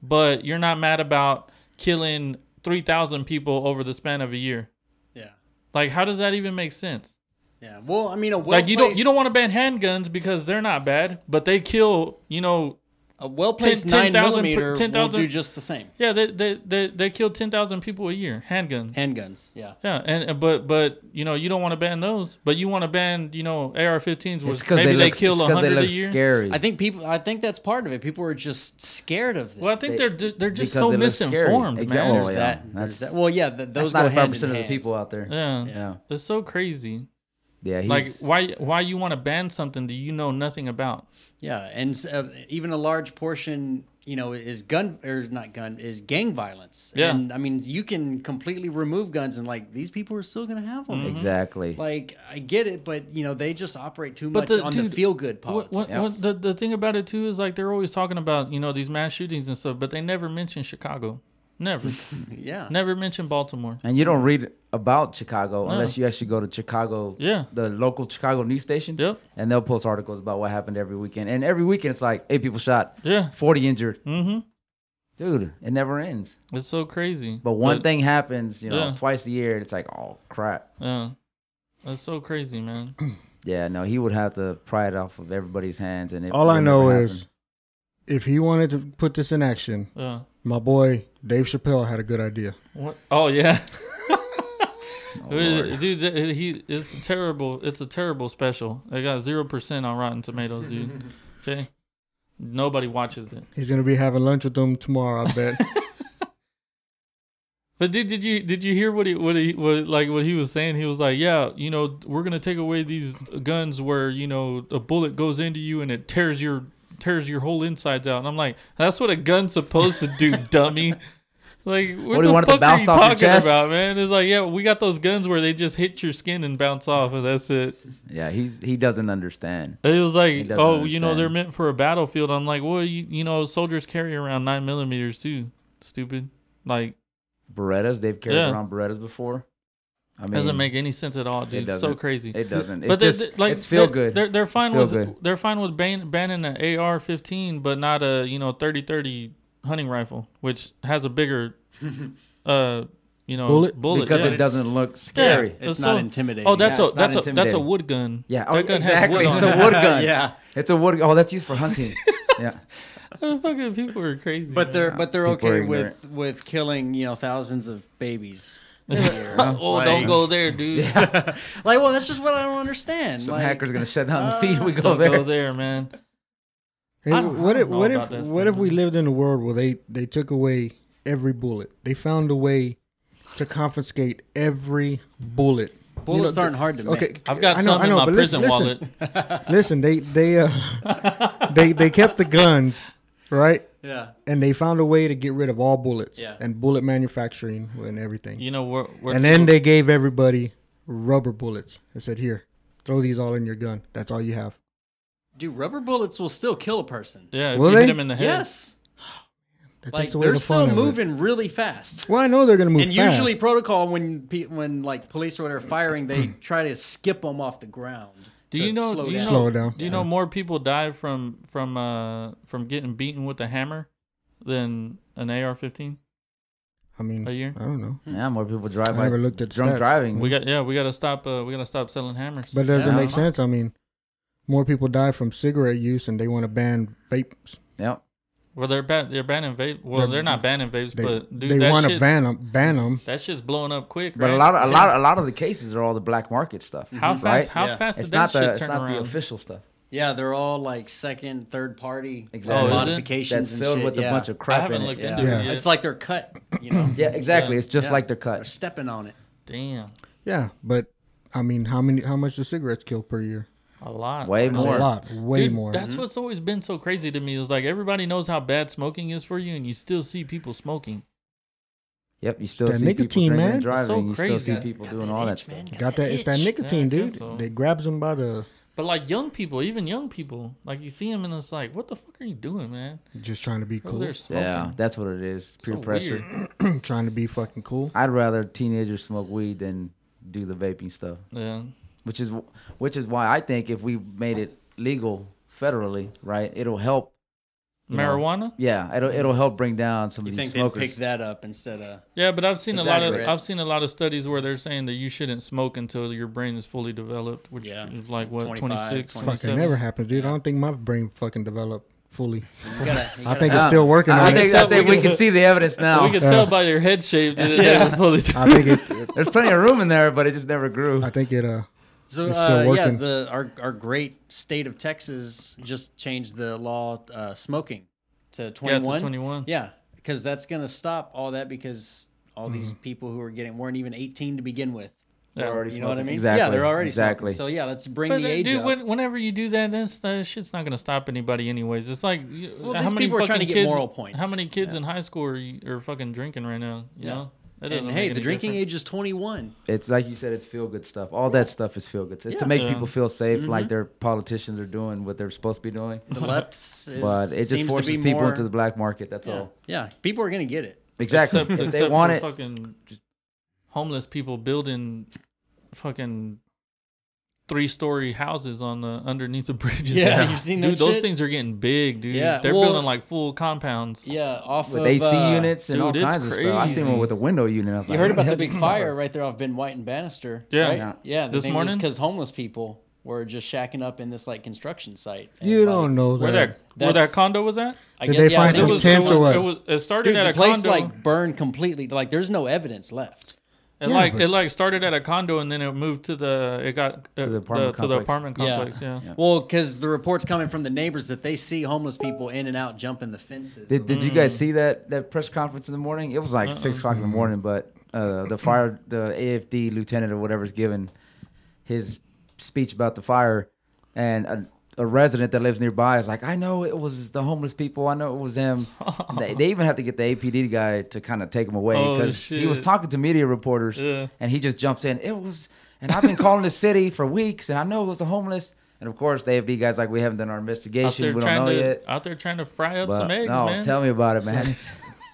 but you're not mad about killing 3,000 people over the span of a year. Yeah. Like, how does that even make sense? Yeah. Well, I mean, a well Like, you don't you don't want to ban handguns because they're not bad, but they kill, you know, a well placed 10,000 nine per- millimeter will 10,000 do just the same. yeah, they they they, they kill 10,000 people a year, handguns. Handguns. Yeah. Yeah, and and- but but you know you don't want to ban those, but you want to ban you know AR-15s, It's which because maybe they, they, look, kill it's 'cause they hundred a look year. scary. I think people. I think that's part of it. People are just scared of them. Well, I think They- they, are they're just so because they look scary. misinformed, Exactly. man. Oh, yeah. that, That's- there's that. Well, yeah. Th- that's those go ninety five hand in percent of the hand. people out there. Yeah. Yeah. it's so crazy. Yeah, he's, Like why why you want to ban something that you know nothing about? Yeah, and s- uh, even a large portion, you know, is gun or not gun is gang violence. Yeah. and I mean, you can completely remove guns, and like these people are still gonna have them. hmm? Mm-hmm. exactly. Like I get it, but you know, they just operate too But much the- on the dude, feel good What, politics. what, what the the thing about it too is like they're always talking about you know these mass shootings and stuff, but they never mention Chicago. Never, yeah, never mention Baltimore. and you don't read about Chicago unless hmm. No. you actually go to Chicago, Yeah. the local Chicago news stations, Yep. and they'll post articles about what happened every weekend. And every weekend, it's like eight people shot, Yeah. forty injured. hmm Dude, it never ends. It's so crazy. But one thing happens, you know, Yeah. twice a year, and it's like, oh crap. Yeah, that's so crazy, man. Yeah, no, he would have to pry it off of everybody's hands. And it All I would know never happen. is if he wanted to put this in action, Yeah. my boy Dave Chappelle had a good idea. What? Oh yeah. Oh, Oh, Lord. dude, th- he it's a terrible. It's a terrible special. They got zero percent on Rotten Tomatoes, dude. Okay, nobody watches it. He's gonna be having lunch with them tomorrow, I bet. But did did you did you hear what he what he what like what he was saying? He was like, yeah, you know, we're gonna take away these guns where you know a bullet goes into you and it tears your tears your whole insides out. And I'm like, that's what a gun's supposed to do, dummy. Like what, do you the want it to fuck bounce are you off your talking chest? about, man? It's like, yeah, we got those guns where they just hit your skin and bounce off, and that's it. yeah, he's he doesn't understand. It was like, doesn't oh, you know, understand. they're meant for a battlefield. I'm like, well, you you know, soldiers carry around nine millimeters too. Stupid. Like, Berettas, they've carried Yeah. around Berettas before. I mean, doesn't make any sense at all, dude. It's so doesn't. crazy. It doesn't. It's but just they like it's feel they're, good. They're they're fine feel with good. they're fine with ban, banning an AR-15, but not a you know 30-30 hunting rifle, which has a bigger, uh, you know, bullet. Bullet? because yeah. it doesn't look Yeah, scary. it's not intimidating. Oh, that's Yeah, a it's not that's a that's a intimidating. wood gun. Yeah, that oh, gun exactly. Has wood on It's a it. wood gun. yeah. it's a wood. Oh, that's used for hunting. yeah, Fucking people are crazy. But they're but they're people are okay with with killing you know thousands of babies. man. oh, don't go there, dude. Like, well, that's just what I don't understand. some like, hackers gonna shut down the feed. We go uh, Don't there. go there, man. Hey, I don't- what I if don't know what about if this what thing, if we man. lived in a world where they they took away every bullet? They found a way to confiscate every bullet. You Bullets know, aren't hard to okay, make. I've got I know- some I know, in my but listen- prison listen. wallet. Listen, they they uh, they they kept the guns right, Yeah. and they found a way to get rid of all bullets Yeah. and bullet manufacturing and everything. You know where, where and then they gave everybody rubber bullets. They said, "Here, throw these all in your gun. That's all you have." Dude, rubber bullets will still kill a person. yeah, if Will you hit they? him in the head. Yes. That Like takes away they're the still fun of it. moving really fast. Well, I know they're gonna move. and fast. usually protocol when pe- when like police or whatever are firing, they try to skip them off the ground. Do to you know? slow do you know, down. Slow it down. Do you know more people die from from uh from getting beaten with a hammer than an AR-15? I mean, A year? I don't know. Hmm. Yeah, more people drive. I by never looked at drunk stats. driving. We got yeah, we gotta stop. Uh, we gotta stop selling hammers. Mm-hmm. But does Yeah. it make sense? I mean, more people die from cigarette use, and they want to ban vapes. yep. well, they're ban they're banning vape. Well, They're- they're, not banning vapes, They, but dude, they that want to shit's- ban them. Ban 'em. That shit's blowing up quick. But a right? lot, of, a lot, a lot of the cases are all the black market stuff. Mm-hmm. How fast? Right? How Yeah. fast did It's that not shit the, it's turn not the around? official stuff. Yeah, they're all like second, third party Exactly. Oh, is it? modifications That's and filled shit. with yeah. a bunch of I crap. haven't in looked it. into yeah. Yeah. it yet. It's like they're cut, you know. Yeah, exactly. Yeah. It's just Yeah. like they're They're cut. stepping on it. Damn, Yeah, but I mean, how many? How much do cigarettes kill per year? a lot. Way A more. lot, way Dude, more. Mm-hmm. That's what's always been so crazy to me is like everybody knows how bad smoking is for you, and you still see people smoking. Yep, you still That see people nicotine, drinking man. and so It's driving. you still crazy. see people doing all that stuff. Got that? It's that nicotine, Yeah, I guess dude. so. They grabs them by the. But like young people, even young people, like you see them and it's like, what the fuck are you doing, man? Just trying to be Bro, cool. they're smoking. Yeah, that's what it is. Peer So pressure. weird. trying to be fucking cool. I'd rather teenagers smoke weed than do the vaping stuff, Yeah. which is wh- which is why I think if we made it legal federally, right, it'll help you know, Marijuana? yeah, it'll it'll help bring down some You of these think they smokers. picked that up instead of? Yeah, but I've seen a lot of Cigarettes. I've seen a lot of studies where they're saying that you shouldn't smoke until your brain is fully developed, which Yeah. is like what 25, 26, Fucking Fucking 27? never happens, dude. I don't think my brain fucking developed fully. You gotta, you I gotta- think it's Uh, still working I, on I think, it. I think we can see the evidence now. We can tell by your head shape that it never fully. I think it. There's plenty of room in there, but it just never grew. I think it. Uh, So It's still uh, yeah, working. the our our great state of Texas just changed the law uh, smoking to Yeah, twenty to one. 21. Yeah, because that's gonna stop all that because all these Mm-hmm. people who are getting weren't even eighteen to begin with. Yeah. already You know what I smoking. mean? Exactly. Yeah, they're already smoking. exactly. So yeah, let's bring But the uh, age dude, up. when- whenever you do that, that's, that shit's not gonna stop anybody anyways. It's like you- Well, how these many people are trying fucking to get kids- moral points. How many kids in high school are, you, are fucking drinking right now? You Yeah. know, that doesn't and make hey, any the drinking difference. age is twenty one. It's like you said, it's feel good stuff. All that stuff is feel good. It's to Yeah. make Yeah. people feel safe, like their politicians are doing what they're supposed to be doing. The left is, But it just seems forces to be people more, into the black market. That's yeah, all. yeah, people are gonna get it. Exactly. Except, if they except want for it, fucking just homeless people building fucking three-story houses on the underneath the bridges. Yeah, you've seen that dude. Those shit? things are getting big, dude. Yeah, they're well- building like full compounds. Yeah, off with of AC uh, units and dude, all it's kinds of stuff. I seen crazy. one with a window unit. I was You like, heard "How about the hell big did- fire right there off Ben White and Bannister. Yeah. right? Yeah. yeah. The This thing morning? because homeless people were just shacking up in this like construction site. And, you like, don't know Where that. that where that That's- condo was at? I Did guess- they yeah, I find think some it was- tents it or was, what? it was it started Dude, at the a place condo. like burned completely. Like there's no evidence left. It Yeah, like but- it like started at a condo and then it moved to the it got uh, the the- apartment to the complex. apartment Yeah. complex. Yeah. Well, because the reports coming from the neighbors that they see homeless people in and out jumping the fences. Did, did you guys see that that press conference in the morning? It was Uh-uh. like six o'clock in the morning, but uh, the fire, the AFD lieutenant or whatever's giving his speech about the fire, and a, a resident that lives nearby is like, "I know it was the homeless people. I know it was them." they, they even have to get the APD guy to kind of take him away Oh, because he was shit. talking to media reporters, Yeah. and he just jumps in. It was, and I've been calling the city for weeks, and I know it was the homeless. And of course, the AFD guys like, "We haven't done Out our there investigation. We don't trying know to yet." out there trying to fry up But, some eggs, no, man. tell me about it, man.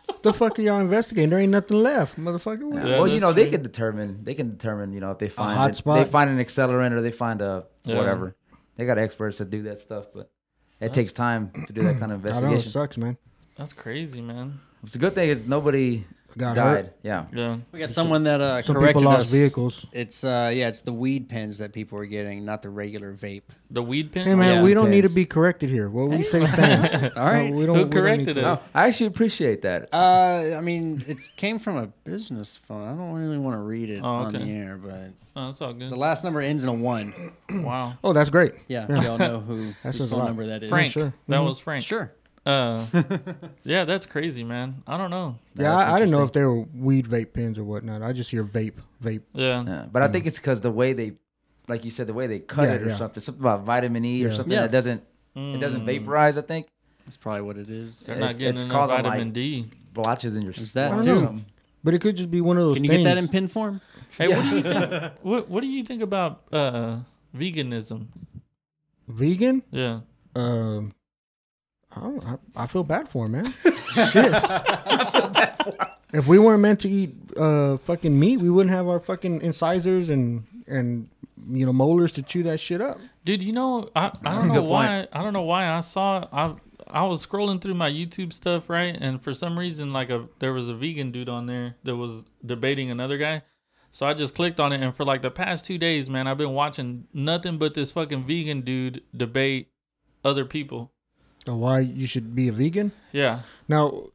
the fuck are y'all investigating? There ain't nothing left, motherfucker. What- Yeah, well, you that's know, they true. can determine. They can determine. You know, if they find hot it- spot? they find an accelerant or they find a Yeah. whatever. They got experts that do that stuff, but it takes time to do that kind of I don't know. It investigation. sucks, man. That's crazy, man. It's a good thing is nobody Got died. hurt. Yeah, Yeah. we got someone that uh, Some corrected people lost us. vehicles. It's uh, yeah, it's the weed pens that people are getting, not the regular vape. The weed pen. Hey, man, Yeah, we don't need to depends. be corrected here. What we say stands. All right. No, Who we don't, we don't need corrected to- it? No, I actually appreciate that. Uh, I mean, it came from a business phone. I don't really want to read it on Oh, okay. the air, but Oh, that's all good. the last number ends in a one. Wow. Oh, that's great. Yeah, we all know who whose says a phone lot. number that is. Frank. sure. That was Frank. Sure. Uh, yeah, that's crazy, man. I don't know. Yeah, I, I didn't know if they were weed vape pens or whatnot. I just hear vape, vape. Yeah. Yeah, but I think it's because the way they, like you said, the way they cut Yeah, it or yeah. something, something about vitamin E or Yeah. something Yeah. that doesn't, it Mm. doesn't vaporize. I think That's probably what it is. They're not It's- getting it's enough causing, like, vitamin D. blotches in your. There's that I don't too. know. But it could just be one of those Can you things. get that in pin form? Hey, what do you think? what What do you think about uh, veganism? Vegan? Yeah. Um, I, don't, I, I feel bad for him, man. Shit. If we weren't meant to eat uh, fucking meat, we wouldn't have our fucking incisors and and you know molars to chew that shit up. Dude, you know, I, I a don't know good why I don't know why I saw I I was scrolling through my YouTube stuff, right? And for some reason like a there was a vegan dude on there that was debating another guy. So I just clicked on it and for like the past 2 days, man, I've been watching nothing but this fucking vegan dude debate other people. So why you should be a vegan? Yeah. Now,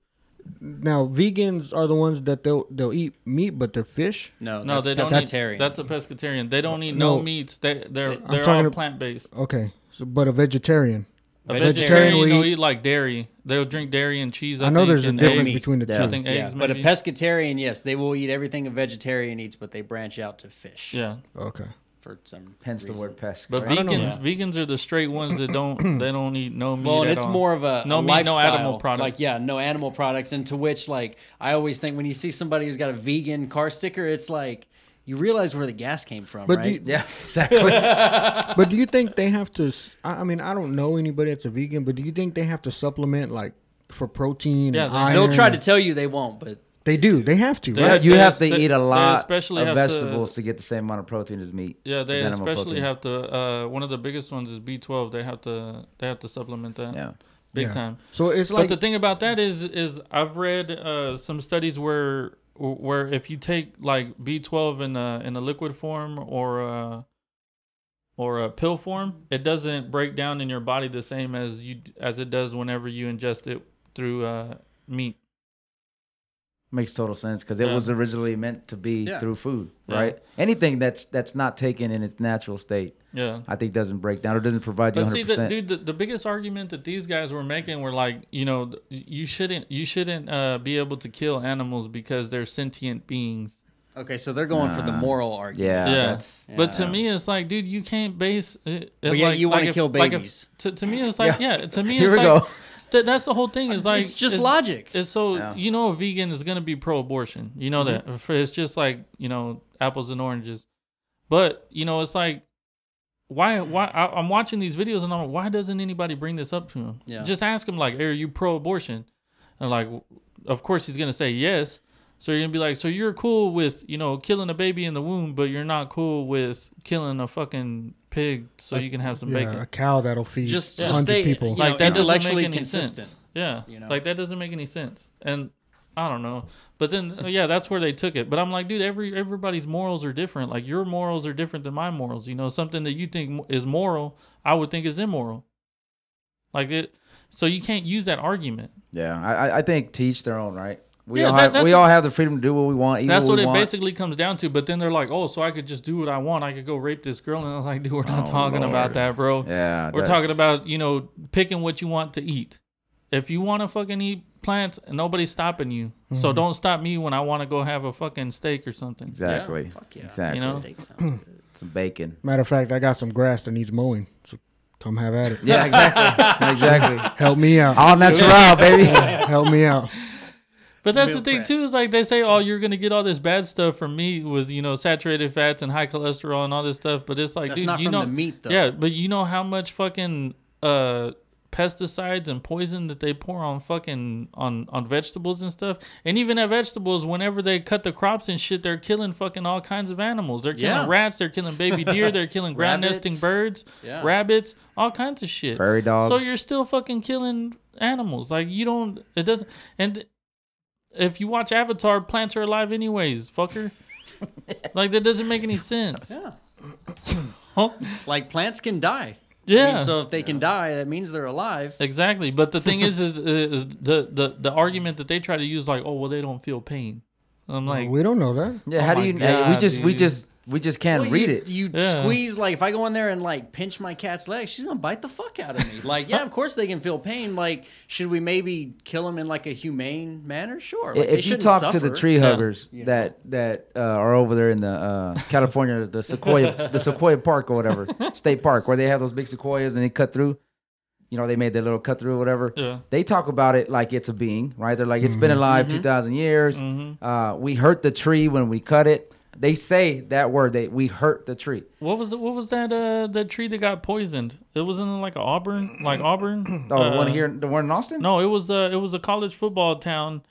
now vegans are the ones that they'll they'll eat meat, but they're fish. No, No, that's they don't pescatarian. eat That's a pescatarian. They don't eat no, No. meats. They they're they're talking all to- plant-based. Okay, so, but a vegetarian. A Vegetarian vegetarian, will will eat- eat like dairy. They'll drink dairy and cheese. I, I know think, there's a and difference eggs. between the Yeah. I two. think yeah, eggs but a maybe. pescatarian, yes, they will eat everything a vegetarian eats, but they branch out to fish. Yeah. Okay. for some Hence the reason. word pest. But right? vegans, vegans are the straight ones that don't they don't eat no meat. Well, and at it's all. more of a no a meat, lifestyle. no animal products. Like yeah, no animal products, and to which like I always think when you see somebody who's got a vegan car sticker, it's like you realize where the gas came from, But do right? you- Yeah, exactly. But do you think they have to? s- I I mean, I don't know anybody that's a vegan, but do you think they have to supplement like for protein? Yeah, and they- iron They'll try to and- tell you they won't, but They do. They have to. Yeah, right? you they have to espe- eat they a lot especially of have to- vegetables to, get the same amount of protein as meat. yeah, they as animal especially protein. have to. Uh, one of the biggest ones is B twelve. They have to they have to supplement that. Yeah. big Yeah. time. So it's But like the thing about that is, is I've read uh, some studies where where if you take like B12 in a in a liquid form or a, or a pill form, it doesn't break down in your body the same as you as it does whenever you ingest it through uh, meat. Makes total sense because it Yeah. was originally meant to be Yeah. through food, Yeah. right? Anything that's that's not taken in its natural state, Yeah. I think doesn't break down or doesn't provide you But 100%. see, the, dude, the, the biggest argument that these guys were making were like, you know, th- you shouldn't you shouldn't uh, be able to kill animals because they're sentient beings. Okay, so they're going for the moral argument. yeah, yeah. that's But to me, it's like, dude, you can't base. It, But yet you wanna kill if- babies. to, to me, it's like, yeah. Yeah. To me, Here it's we like go. that. That's the whole thing. Is like it's just logic. It's so Yeah. you know, a vegan is gonna be pro-abortion. You know Mm-hmm. that. For- It's just like you know, apples and oranges. But you know, it's like. Why? Why? I, I'm watching these videos and I'm like, why doesn't anybody bring this up to him? Yeah. Just ask him like, "Are you pro-abortion?" And like, of course he's gonna say yes. So you're gonna be like, so you're cool with you know killing a baby in the womb, but you're not cool with killing a fucking pig so you can have some yeah, a bacon. cow that'll feed Just- just 100 stay- people. you know, Like that doesn't make intellectually any consistent, Sense. Yeah, you know? like that doesn't make any sense. And I don't know, but then uh, yeah, that's where they took it. But I'm like, dude, every everybody's morals are different. Like your morals are different than my morals. You know, something that you think mo- is moral, I would think is immoral. Like it, so you can't use that argument. yeah. I, I- I think teach their own, right? We Yeah, all that- have, that's we the- all have the freedom to do what we want. Eat That's what, what we it want. basically comes down to. But then they're like, "Oh, so I could just do what I want. I could go rape this girl." And I was like, "Dude, we're not Oh, talking about Lord. that, bro. Yeah, we're that's- talking about you know picking what you want to eat. If you want to fucking eat plants, nobody's stopping you. So don't stop me when I want to go have a fucking steak or something. Mm-hmm. Exactly. Fuck yeah. Exactly. You know? Steak sound good. Some bacon. Matter of fact, I got some grass that needs mowing, so come have at it. Yeah, exactly. exactly. Help me out. All natural, baby. Help me out. But that's the Milk thing fat. too is like they say, "Oh, you're gonna get all this bad stuff from meat with you know saturated fats and high cholesterol and all this stuff." But it's like That's dude, not you from know, the meat, though. Yeah, but you know how much fucking uh pesticides and poison that they pour on fucking on on vegetables and stuff, and even at vegetables, whenever they cut the crops and shit, they're killing fucking all kinds of animals. They're killing Yeah. rats, they're killing baby deer, they're killing ground nesting Rabbits. birds, Yeah. rabbits, all kinds of shit. Prairie dogs. So you're still fucking killing animals. Like you don't. It doesn't. And if you watch Avatar, plants are alive anyways, fucker. like that doesn't make any sense. Yeah. Huh? Like plants can die. I Yeah. mean, so if they can die, that means they're alive. exactly. But the thing is, is, is the, the the argument that they try to use, like, oh well, they don't feel pain. I'm Oh, like, We don't know that. Yeah, Oh how do my you? hey, we God, just we dude. just we just can't Well, read you- it. You Yeah. squeeze like if I go in there and like pinch my cat's leg, she's gonna bite the fuck out of me. Like, yeah, of course they can feel pain. Like, should we maybe kill them in like a humane manner? Sure. Like, if they if you shouldn't talk to the suffer. tree huggers You know. that that uh, are over there in the uh, California, the Sequoia, the Sequoia Park or whatever state park, where they have those big sequoias and they cut through. You know, they made their little cut through, or whatever. Yeah. Mm-hmm. They talk about it like it's a being, right? They're like, it's Mm-hmm. been alive two thousand years. Uh, we hurt the tree when we cut it. They say that word. They we hurt the tree. what was it? What was that? Uh, that tree that got poisoned? It wasn't in, like Auburn, like Auburn. Oh, the one Uh, here, the one in Austin. No, it was uh, it was a college football town.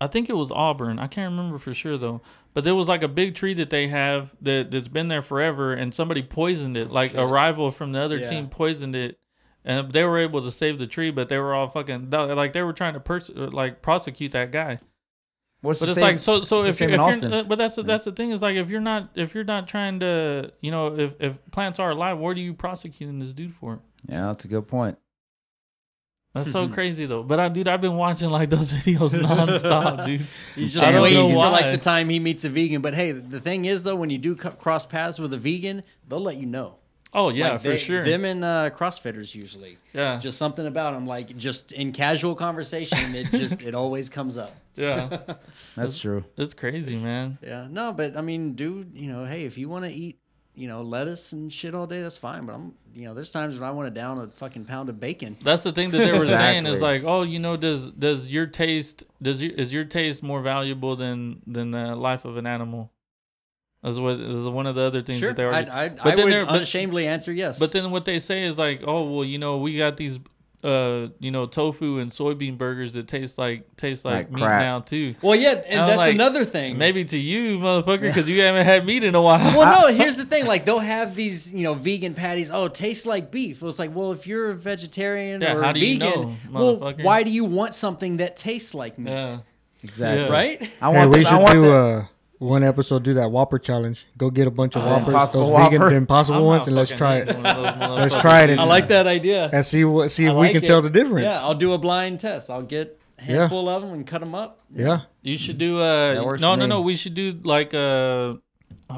I think it was Auburn. I can't remember for sure though. But there was like a big tree that they have that that's been there forever, and somebody poisoned it. Like a rival from the other Yeah. team poisoned it, and they were able to save the tree. But they were all fucking they- like they were trying to pers- uh, like prosecute that guy. What's But the it's same- like so so it's the if, same you're, if in you're- Austin. uh, but that's the, that's the thing is like if you're not if you're not trying to you know if if plants are alive, what are you prosecuting this dude for? yeah, that's a good point. That's so Mm-hmm. crazy though. But I dude, I've been watching like those videos nonstop, dude. He's I just don't know waiting for why. like the time he meets a vegan. But hey, the thing is though, when you do co- cross paths with a vegan, they'll let you know. Oh yeah, Like, for they- sure. Them and uh, CrossFitters usually. Yeah. Just something about them. Like just in casual conversation, it just it always comes up. yeah, That's true. it's crazy, man. Yeah, no, but I mean, dude, you know, hey, if you want to eat, you know, lettuce and shit all day, that's fine. But I'm, you know, there's times when I want to down a fucking pound of bacon. That's the thing that they were saying is Exactly. like, oh, you know, does does your taste does your, is your taste more valuable than than the life of an animal? That's what is one of the other things that they were. I, I, but I then would they're- but, unashamedly answer yes. but then what they say is like, oh well, you know, we got these uh, you know, tofu and soybean burgers that taste like taste like, Like meat crap. now too. Well, yeah, and I'm that's like, another thing. Maybe to you, motherfucker, because you haven't had meat in a while. Well, no. Here's the thing: like they'll have these, you know, vegan patties. Oh, it tastes like beef. Well, it's like, well, if you're a vegetarian Yeah, or how a do you vegan, know, well, motherfucker? why do you want something that tastes like meat? Yeah. Exactly. Yeah. Right? I Hey, want. we the- I should want do the- uh, one episode. Do that Whopper challenge. Go get a bunch of Whoppers, Oh, Impossible those vegan, Whopper. the impossible I'm ones, not and let's fucking try eating it one of those Let's motherfuckers. try it and- I like that idea. and see what see I if we like can it. tell the difference. Yeah, I'll do a blind test. I'll get a handful of them and cut them up. yeah. You should do uh That works no for no me. no we should do like uh oh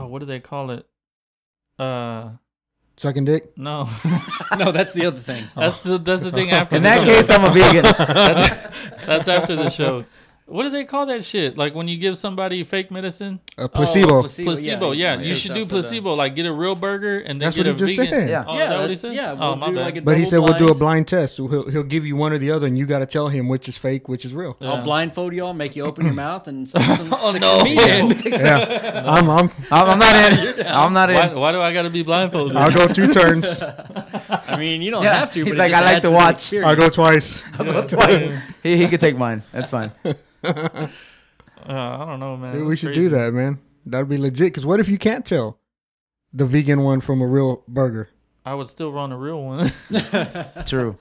what do they call it uh Sucking dick. no Oh. No, that's the other thing. that's the that's the thing after In the that show. uh, case, I'm a vegan. that's after the show what do they call that shit like when you give somebody fake medicine A Oh, placebo. placebo yeah, you should do Except for the- placebo like get a real burger and then That's get what a he just vegan said. Yeah. oh, is yeah, that what he that's- said? yeah. oh my do bad like a but he double said we'll do a blind. blind test. So He'll, he'll give you one or the other, and you got to tell him which is fake, which is real. I'll blindfold you all, make you open your mouth, and stick some, stick Oh, no. some meat in. Yeah, I'm, I'm. I'm, I'm not in. I'm not in. why, why do I gotta be blindfolded I'll go two turns. I mean, you don't Yeah. have to. He's but it like, just "I like adds to the watch." experience. I'll go twice. he, he could take mine. That's fine. uh, I don't know man Dude, That's we should crazy. do that, man. That'd be legit. Because what if you can't tell the vegan one from a real burger? I would still run a real one. True.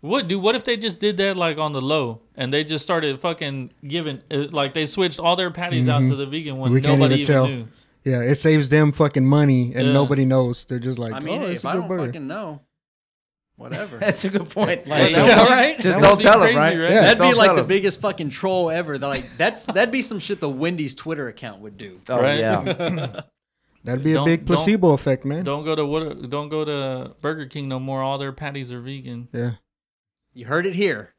What dude? What if they just did that like on the low, and they just started fucking giving uh, like they switched all their patties out to the vegan one? Mm-hmm. We can't Nobody even, even tell. knew. Yeah, it saves them fucking money, and Yeah. nobody knows. They're just like, I mean, oh, hey, it's if a I good don't burger. fucking know, whatever. That's a good point. Like, Yeah. all right. Just That don't would tell seem him, right? crazy, right? Yeah. That'd Don't be like tell the 'em. biggest fucking troll ever. They're like that's that'd be some shit the Wendy's Twitter account would do. Oh, Right? yeah. That'd be a Don't- big don't- placebo effect, man. Don't go to what? Don't go to Burger King no more. All their patties are vegan. Yeah. You heard it here.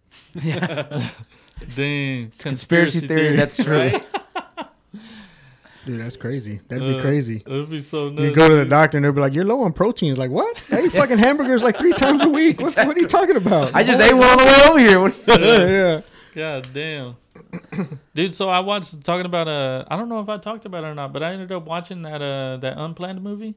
Dang, Conspiracy theory. That's true. Dude, that's crazy. That'd be crazy. That'd be so nuts. You go to the doctor and they'll be like, "You're low on protein." It's like, what? I eat fucking hamburgers like three times a week. What's, What are you talking about? I just ate one on the way over here. What are you- yeah, yeah. God damn. Dude, so I watched talking about uh I don't know if I talked about it or not, but I ended up watching that uh that unplanned movie.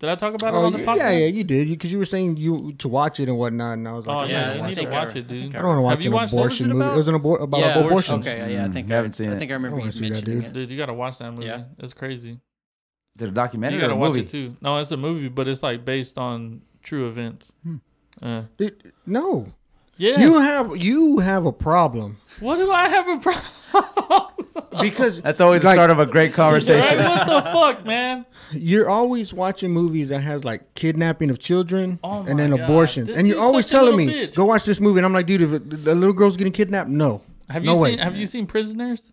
Did I talk about it Oh, on the yeah, podcast? yeah, yeah, you did because you, were saying you to watch it and whatnot, and I was like, Oh I'm yeah, not you need gonna watch to that. watch it, dude. I don't want to watch Have you an watched what was abortion it movie. about? It was an abor- about yeah. abortions. Okay. Yeah. I think Mm, haven't seen I it. think I I remember wanna you see that, mentioning dude. it. Dude, you gotta watch that movie. Yeah. It's crazy. Did a documentary You or gotta a watch movie? it too. No, it's a movie, but it's like based on true events. Uh, Dude, no, yeah. you have you have a problem what do I have a problem? because That's always the Like- start of a great Right? conversation. What the fuck, man? you're always watching movies that has like kidnapping of children Oh my and then God. abortions, This and you're dude's always such a telling me, little bitch. "Go watch this movie," and I'm like, "Dude, if it, the little girl's getting kidnapped, no, Have no you way." seen Have you seen Prisoners?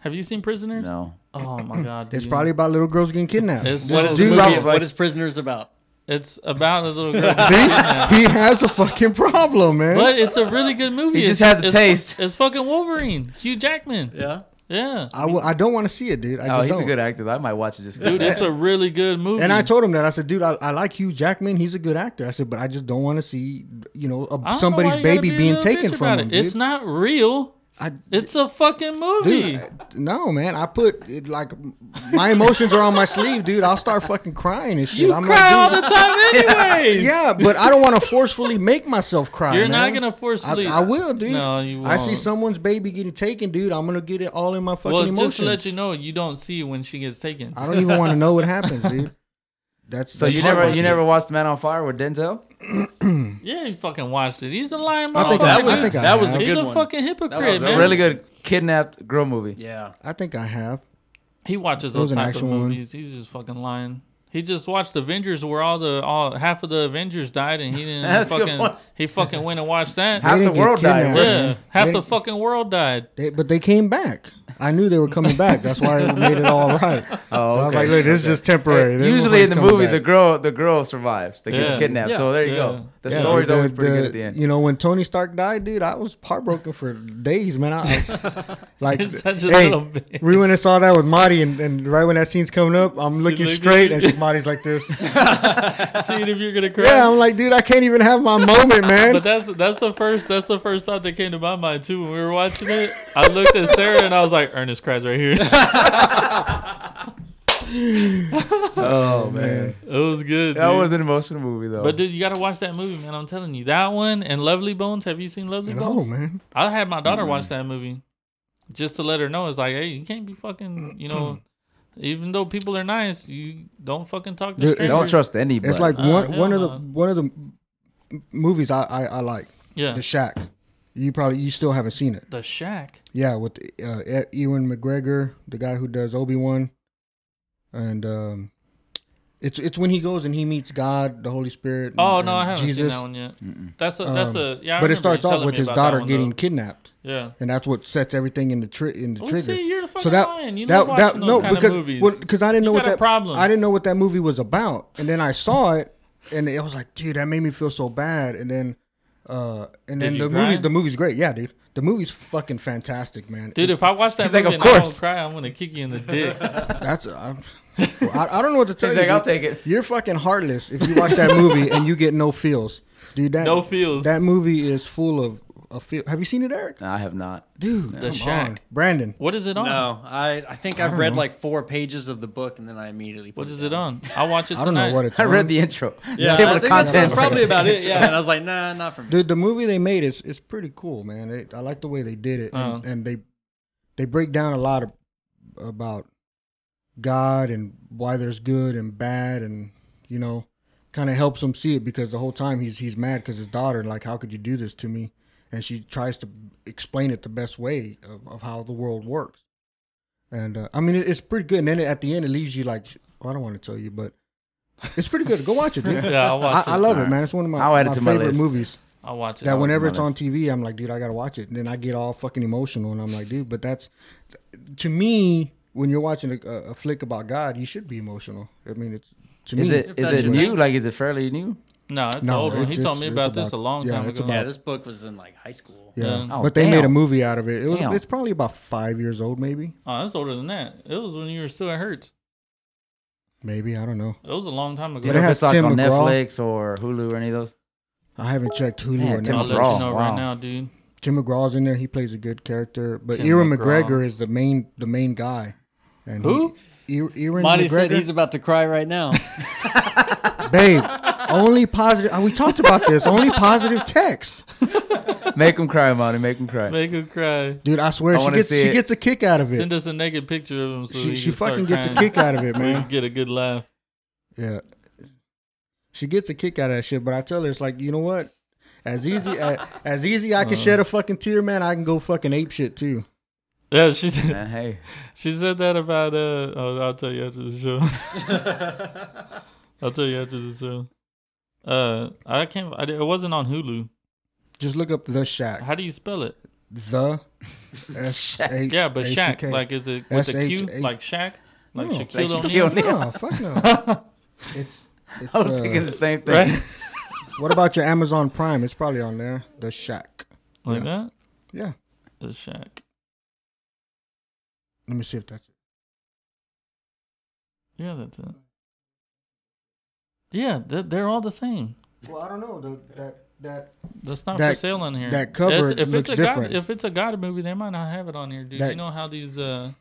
Have you seen Prisoners? No. Oh my god, dude. it's probably about little girls getting kidnapped. It's- What Just is do the movie? that. What is Prisoners about? It's about a little girl, See, he has a fucking problem, man. but it's a really good movie. He just It's- has a it's- taste. It's fucking Wolverine, Hugh Jackman. Yeah, Yeah. I w- I don't want to see it, dude. I Oh, just he's don't. a good actor. I might watch it just dude, it's a really good movie. and I told him that I said, dude, I, I like Hugh Jackman. He's a good actor. I said, but I just don't want to see, you know, I don't a, know somebody's why you gotta baby be a being little bitch taken about from him. it. It's dude. not real. I, It's a fucking movie. dude, I- no, man. I put it like my emotions are on my sleeve, dude. I'll start fucking crying and shit. you I'm cry all like, the dude, time, anyways. yeah, but I don't want to forcefully make myself cry. You're not man. gonna forcefully. I, I will, dude. No, you won't. I see someone's baby getting taken, dude. I'm gonna get it all in my fucking Well, emotions. just to let you know, you don't see when she gets taken. I don't even want to know what happens, dude. That's So that's you never heartbreaking. you never watched Man on Fire with Denzel? Yeah, you fucking watched it. He's a lying motherfucker. I think I, that was- I think I that was have. a He's good a one. fucking hypocrite, That was a man. A really good kidnapped girl movie. Yeah. I think I have. He watches those was an type of actual one. movies. He's just fucking lying. He just watched Avengers, where all the all half of the Avengers died, and he didn't That's a good fucking. point. He fucking went and watched that. Half They the didn't get world died. kidnapped. yeah, half the didn't- fucking world died. They, but they came back. I knew they were coming back. That's why it made it all right. so I was Oh, okay. like, look, this is just temporary. This Uh, Usually motherfucker's in the coming movie, back. the girl the girl survives. That Yeah. gets kidnapped. Yeah. So there you Yeah. go. The Yeah, story's the- always pretty the- good at the end. You know, when Tony Stark died, dude, I was heartbroken for days, man. I, I- like, You're such a hey, little bitch. we went and saw that with Marty, and, and right when that scene's coming up, I'm looking looked at straight, you. and she, Marty's like this. Seeing if you're gonna cry. yeah, I'm like, dude, I can't even have my moment, man. but that's that's the first that's the first thought that came to my mind too when we were watching it. I looked at Sarah and I was like, Ernest cries right here. Oh man, It was good. that dude. was an emotional movie though. But dude, you gotta watch that movie, man. I'm telling you, that one and Lovely Bones. Have you seen Lovely No, Bones? Oh, man. I had my daughter watch that movie just to let her know it's like, hey, you can't be fucking, you know, even though people are nice, you don't fucking talk to Dude, strangers. don't trust anybody. It's like one hell one of the no. one of the m- movies I I, I like. Yeah. The Shack. You probably you still haven't seen it. the shack. Yeah, with uh, E- Ewan McGregor, the guy who does Obi Wan, and um, it's it's when he goes and he meets God, the Holy Spirit. and- Oh no, and I haven't seen that one yet. That's a that's a yeah. I remember but it you starts off telling with me his about that daughter one, getting though. kidnapped, yeah. and that's what sets everything in the tri- in the Well, trigger. see, you're the fucking lion. You love that watching those kind of because movies. well, 'cause I didn't You know what got a that problem. I didn't know what that movie was about, and then I saw it, and it was like, dude, that made me feel so bad, and then. Uh, and then you the cry? movie, the movie's great, yeah, dude. The movie's fucking fantastic, man. Dude, if I watch that He's like, movie "Of and I don't course." cry, I'm gonna kick you in the dick. That's I'm, well, I, I don't know what to tell He's you. like, "I'll dude. take it." You're fucking heartless if you watch that movie and you get no feels, dude. That No feels. That movie is full of a feel. Have you seen it, Eric? I have not. Dude, come Shack. on, Brandon. What is it on? No, I, I think I've read like four pages of the book and then I immediately. Put What it is it down. on? I watch it. I don't know tonight. what it's. I read on. the intro. Yeah, table I of think that's, contents. that's probably about it. Yeah, and I was like, nah, not for me. Dude, the movie they made is is pretty cool, man. It, I like the way they did it, and, and they they break down a lot of about God and why there's good and bad, and you know, kind of helps him see it because the whole time he's he's mad because his daughter, like, how could you do this to me? And she tries to explain it the best way of, of how the world works. And uh, I mean, it, it's pretty good. And then at the end, it leaves you like, well, I don't want to tell you, but it's pretty good. Go watch it, dude. Yeah, I'll watch I, it. I love it, Alright. man. It's one of my, I'll add it my to my favorite list. movies I'll watch it. that was whenever my it's on list. TV, I'm like, dude, I gotta watch it. And then I get all fucking emotional, and I'm like, dude, but that's to me when you're watching a, a flick about God, you should be emotional. I mean, it's to Is me. it that's is it your new? thing. Like, is it fairly new? No, it's No, old one. He it's- told me it's about this a about- long yeah, time it's ago. Yeah, this book was in like high school. Yeah, Yeah. Oh, but they made a damn. movie out of it. It was Damn. it's probably about five years old, maybe, Oh, that's older than that. It was when you were still at Hertz. maybe I don't know. It was a long time Do ago. you it know if has it's like Tim on McGraw. Netflix or Hulu or any of those? I haven't checked Hulu Yeah, or Tim I'll Netflix. let McGraw. you know Wow. right now, dude. Tim McGraw's in there. He plays a good character, but Tim Ewan McGraw. McGregor is the main the main guy. And Who? He, E- Ewan Monty McGregor. said he's about to cry right now. Babe, only positive. uh, We talked about this. Only positive text. Make him cry, Monty. Make him cry. Make her cry. Dude, I swear I she wanna gets see she it. gets a kick out of it. Send us a naked picture of him so She we she can start fucking gets a crying. kick out of it, We can man. get a good laugh. Yeah. She gets a kick out of that shit, but I tell her it's like, you know what? As easy as, as easy I can Uh. shed a fucking tear, man, I can go fucking ape shit too. Yeah, she said, Man, hey, she said that about uh. Oh, I'll tell you after the show. I'll tell you after the show. Uh, I can't. I, di- it wasn't on Hulu. Just look up the shack. How do you spell it? The Shack. Yeah, but Shaq. Like, is it with a Q? S-H-A- Like Shaq? Like No. Shaquille Like O'Neal? Shaquille No, fuck no. It's, it's I was uh, thinking the same thing. Right? What about your Amazon Prime? It's probably on there. The Shack. Like that? Yeah. The Shaq. Let me see if that's it. Yeah, that's it. Yeah, they're, they're all the same. Well, I don't know. The, that that That's not That- for sale on here. that cover It's- if looks it's a different. God, if it's a God movie, they might not have it on here, dude. you That- know how these uh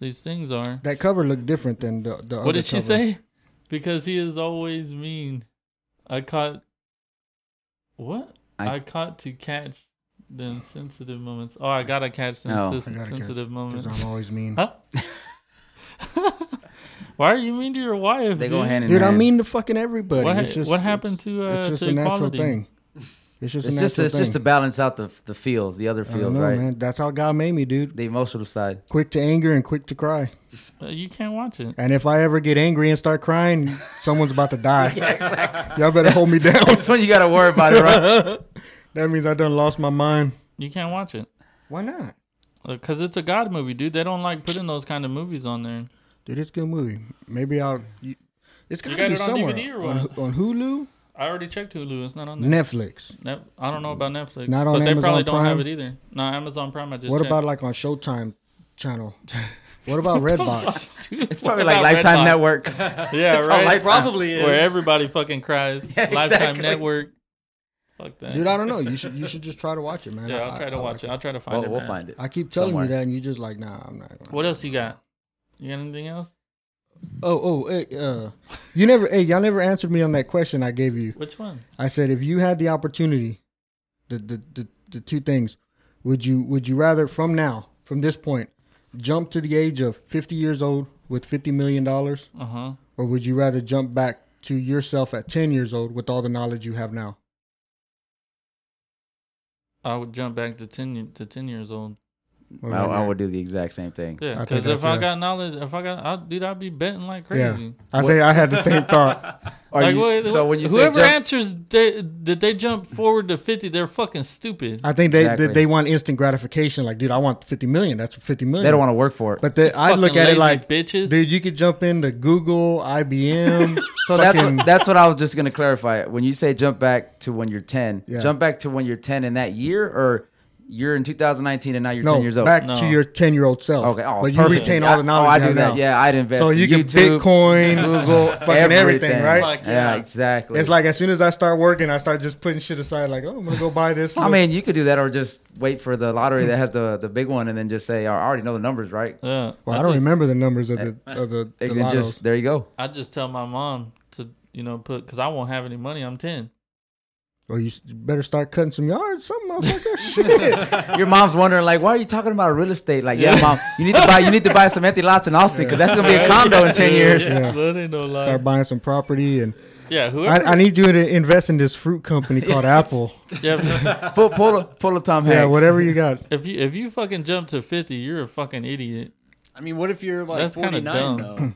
these things are. that cover looked different than the the. What did she say? Because he is always mean. I caught what? I, I- caught to catch them sensitive moments. Oh, I gotta catch them Oh. sis- I gotta catch- sensitive Because moments. I'm always mean. Huh? Why are you mean to your wife? They dude? go hand in Dude, hand. I mean to fucking everybody. What ha- it's just, what happened to, it's- uh, It's just to a natural equality? thing. It's just it's a just natural it's thing. just to balance out the the feels, the other I feels, don't know, right? man. That's how God made me, dude. The emotional side. Quick to anger and quick to cry. Uh, You can't watch it. And if I ever get angry and start crying, someone's about to die. Y'all better hold me down. That's when you got to worry about it, right? that means I done lost my mind. You can't watch it. Why not? Because it's a God movie, dude. They don't like putting those kind of movies on there. Dude, it's a good movie. Maybe I'll. You, it's gotta got be it on somewhere DVD or on, what? on Hulu, I already checked Hulu. It's not on there. Netflix. Net- I don't know about Netflix. Not on but they Amazon probably don't have Prime? it either. No, Amazon Prime. I just What checked. about like on Showtime channel? What about Redbox? Dude, It's probably what about Red like Lifetime Box? Network. Yeah, on right. Lifetime. Probably is. Where everybody fucking cries. Yeah, Lifetime exactly. Network. Fuck that. Dude, I don't know. You should you should just try to watch it, man. yeah, I'll I- try to I watch it. like I'll try to find Well, it. we'll man. find it. I keep telling somewhere. you that, and you just like, nah, I'm not. What else you got? You got anything else? Oh, oh, hey, uh, you never, hey, y'all never answered me on that question I gave you. Which one? I said, if you had the opportunity, the the, the, the two things, would you would you rather from now, from this point, jump to the age of fifty years old with fifty million dollars, Uh Uh-huh. huh. or would you rather jump back to yourself at ten years old with all the knowledge you have now? I would jump back to ten y- to ten years old. What I, about I you? would do the exact same thing. Yeah, I think because if that's I a- got knowledge, if I got, I, dude, I'd be betting like Yeah, crazy. I think I had the same thought. Are Like, you- what- so when you say whoever jump- answers they, that they jump forward to fifty, they're fucking stupid. I think they Exactly. they, they want instant gratification. Like, dude, I want fifty million. That's fifty million. they don't want to work for it. But the, I Fucking look at lazy it like, bitches. dude, you could jump into Google, IBM. so that's what, that's what I was just gonna clarify. When you say jump back to when you're 10, Yeah. jump back to when you're 10 in that year, or you're in 2019 and now you're no, 10 years old. back No. to your ten year old self. Okay, oh, but you perfect. retain I- all the knowledge. Oh, I you do have that. now. Yeah, I'd invest. So in you can YouTube, Bitcoin, Google, fucking everything, right? Yeah, Fuck exactly. It's like as soon as I start working, I start just putting shit aside. Like, oh, I'm gonna go buy this. I little- mean, you could do that, or just wait for the lottery that has the the big one, and then just say, "I already know the numbers, right?" yeah, well, I, don't just, remember the numbers of the of the, the And lottos. just there you go. I just tell my mom to you know put because I won't have any money. I'm ten. Well, you s- better start cutting some yards, something motherfucker. shit. Your mom's wondering, like, why are you talking about real estate? Like, yeah, mom, you need to buy you need to buy some empty lots in Austin because that's gonna be a condo in ten years. Yeah, that ain't no lie. Start buying some property, and Yeah, I, whoever. I need you to invest in this fruit company called Apple. yeah, Pull pull a, pull a Tom Hanks. Yeah, whatever you got. if you if you fucking jump to fifty, you're a fucking idiot. I mean, what if you're like That's kinda 49 dumb. though?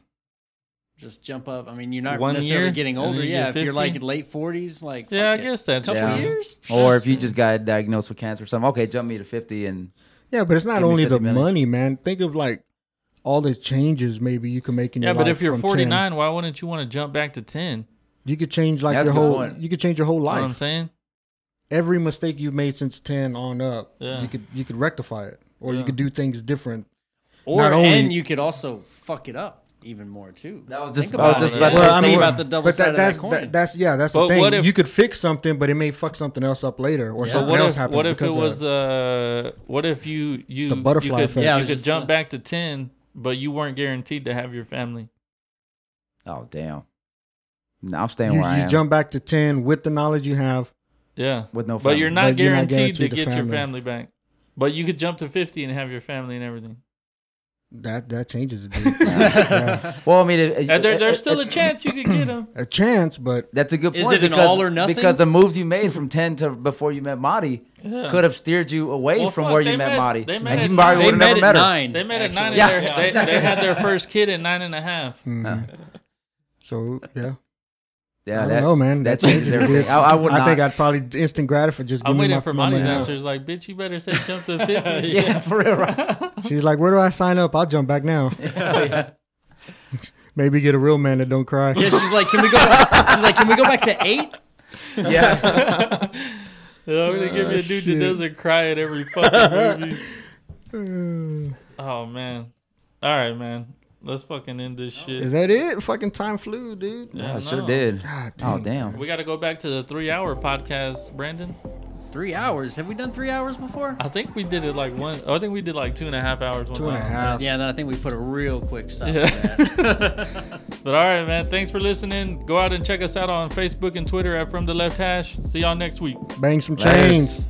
Just jump up. I mean, you're not One necessarily year, getting and then older. you Yeah, get if you're 50. like late 40s, like Yeah, I fuck it. guess that's couple true. years. Or if you just got diagnosed with cancer or something, okay, jump me to fifty and Yeah, but it's not Give me only the 50 million. money, man. Think of like all the changes maybe you can make in Yeah, your life. but if you're from 10. 49, why wouldn't you want to jump back to 10? you could change like That's your a good whole. point. You could change your whole You know what I'm life. saying? Every mistake you've made since ten on up, Yeah. you could you could rectify it, or you Yeah. could do things different. Or Not only- and you could also fuck it up even more too. That was just- Think I was about just it. about to Yeah, say- think Well, I about the double but side of that's that coin. that's yeah, that's But the what thing. if- you could fix something, but it may fuck something else up later, or So something what else if happens. what if it because of- was uh what if you you the butterfly you could, effect. Yeah, I you was could just- jump back to 10, but you weren't guaranteed to have your family. oh damn, no, I'm staying you, where I you am. jump back to ten with the knowledge you have. Yeah. With no But you're family. not, Like, you're guaranteed not to guaranteed the get your family. family back. But you could jump to 50 and have your family and everything. That that changes it. dude. Yeah. well, I mean, it, it- And there, it- there's still it- a chance you could get them. A chance, but That's a good Is point. it an because, all or nothing? Because the moves you made from ten to before you met Madi Yeah. could have steered you away Well, from fuck, where they you met, met- Madi, they met and at you probably nine. would have they met never at met her. nine. They met at nine. actually. And Yeah. their- Yeah, they, exactly. they had their first kid at nine and a half. Mm-hmm. so yeah. Yeah, I that- don't know, man. That, changes everything. I, I would not. think I'd probably instant gratify. Just give I'm me waiting my, for my Monty's money. answers. Like, bitch, you better say jump to 50. yeah, for real. Right? She's like, "Where do I sign up? I'll jump back now." Maybe get a real man that don't cry. Yeah, she's like, can we go? Back, she's like, can we go back to eight? Yeah, Yeah, I'm gonna give you a dude Oh, shit. that doesn't cry at every fucking movie. oh man. All right, man. Let's fucking end this shit. Is that it? Fucking time flew, dude. Yeah, I no. sure did. Oh damn. We gotta go back to the three-hour podcast, Brandon. Three hours? Have we done three hours before? I think we did it like one. I think we did like two and a half hours one Two and a time. half. Yeah, then I think we put a real quick stop. Yeah. to that. But all right, man. Thanks for listening. Go out and check us out on Facebook and Twitter at From the Left Hash. See y'all next week. Bang some Laters. chains.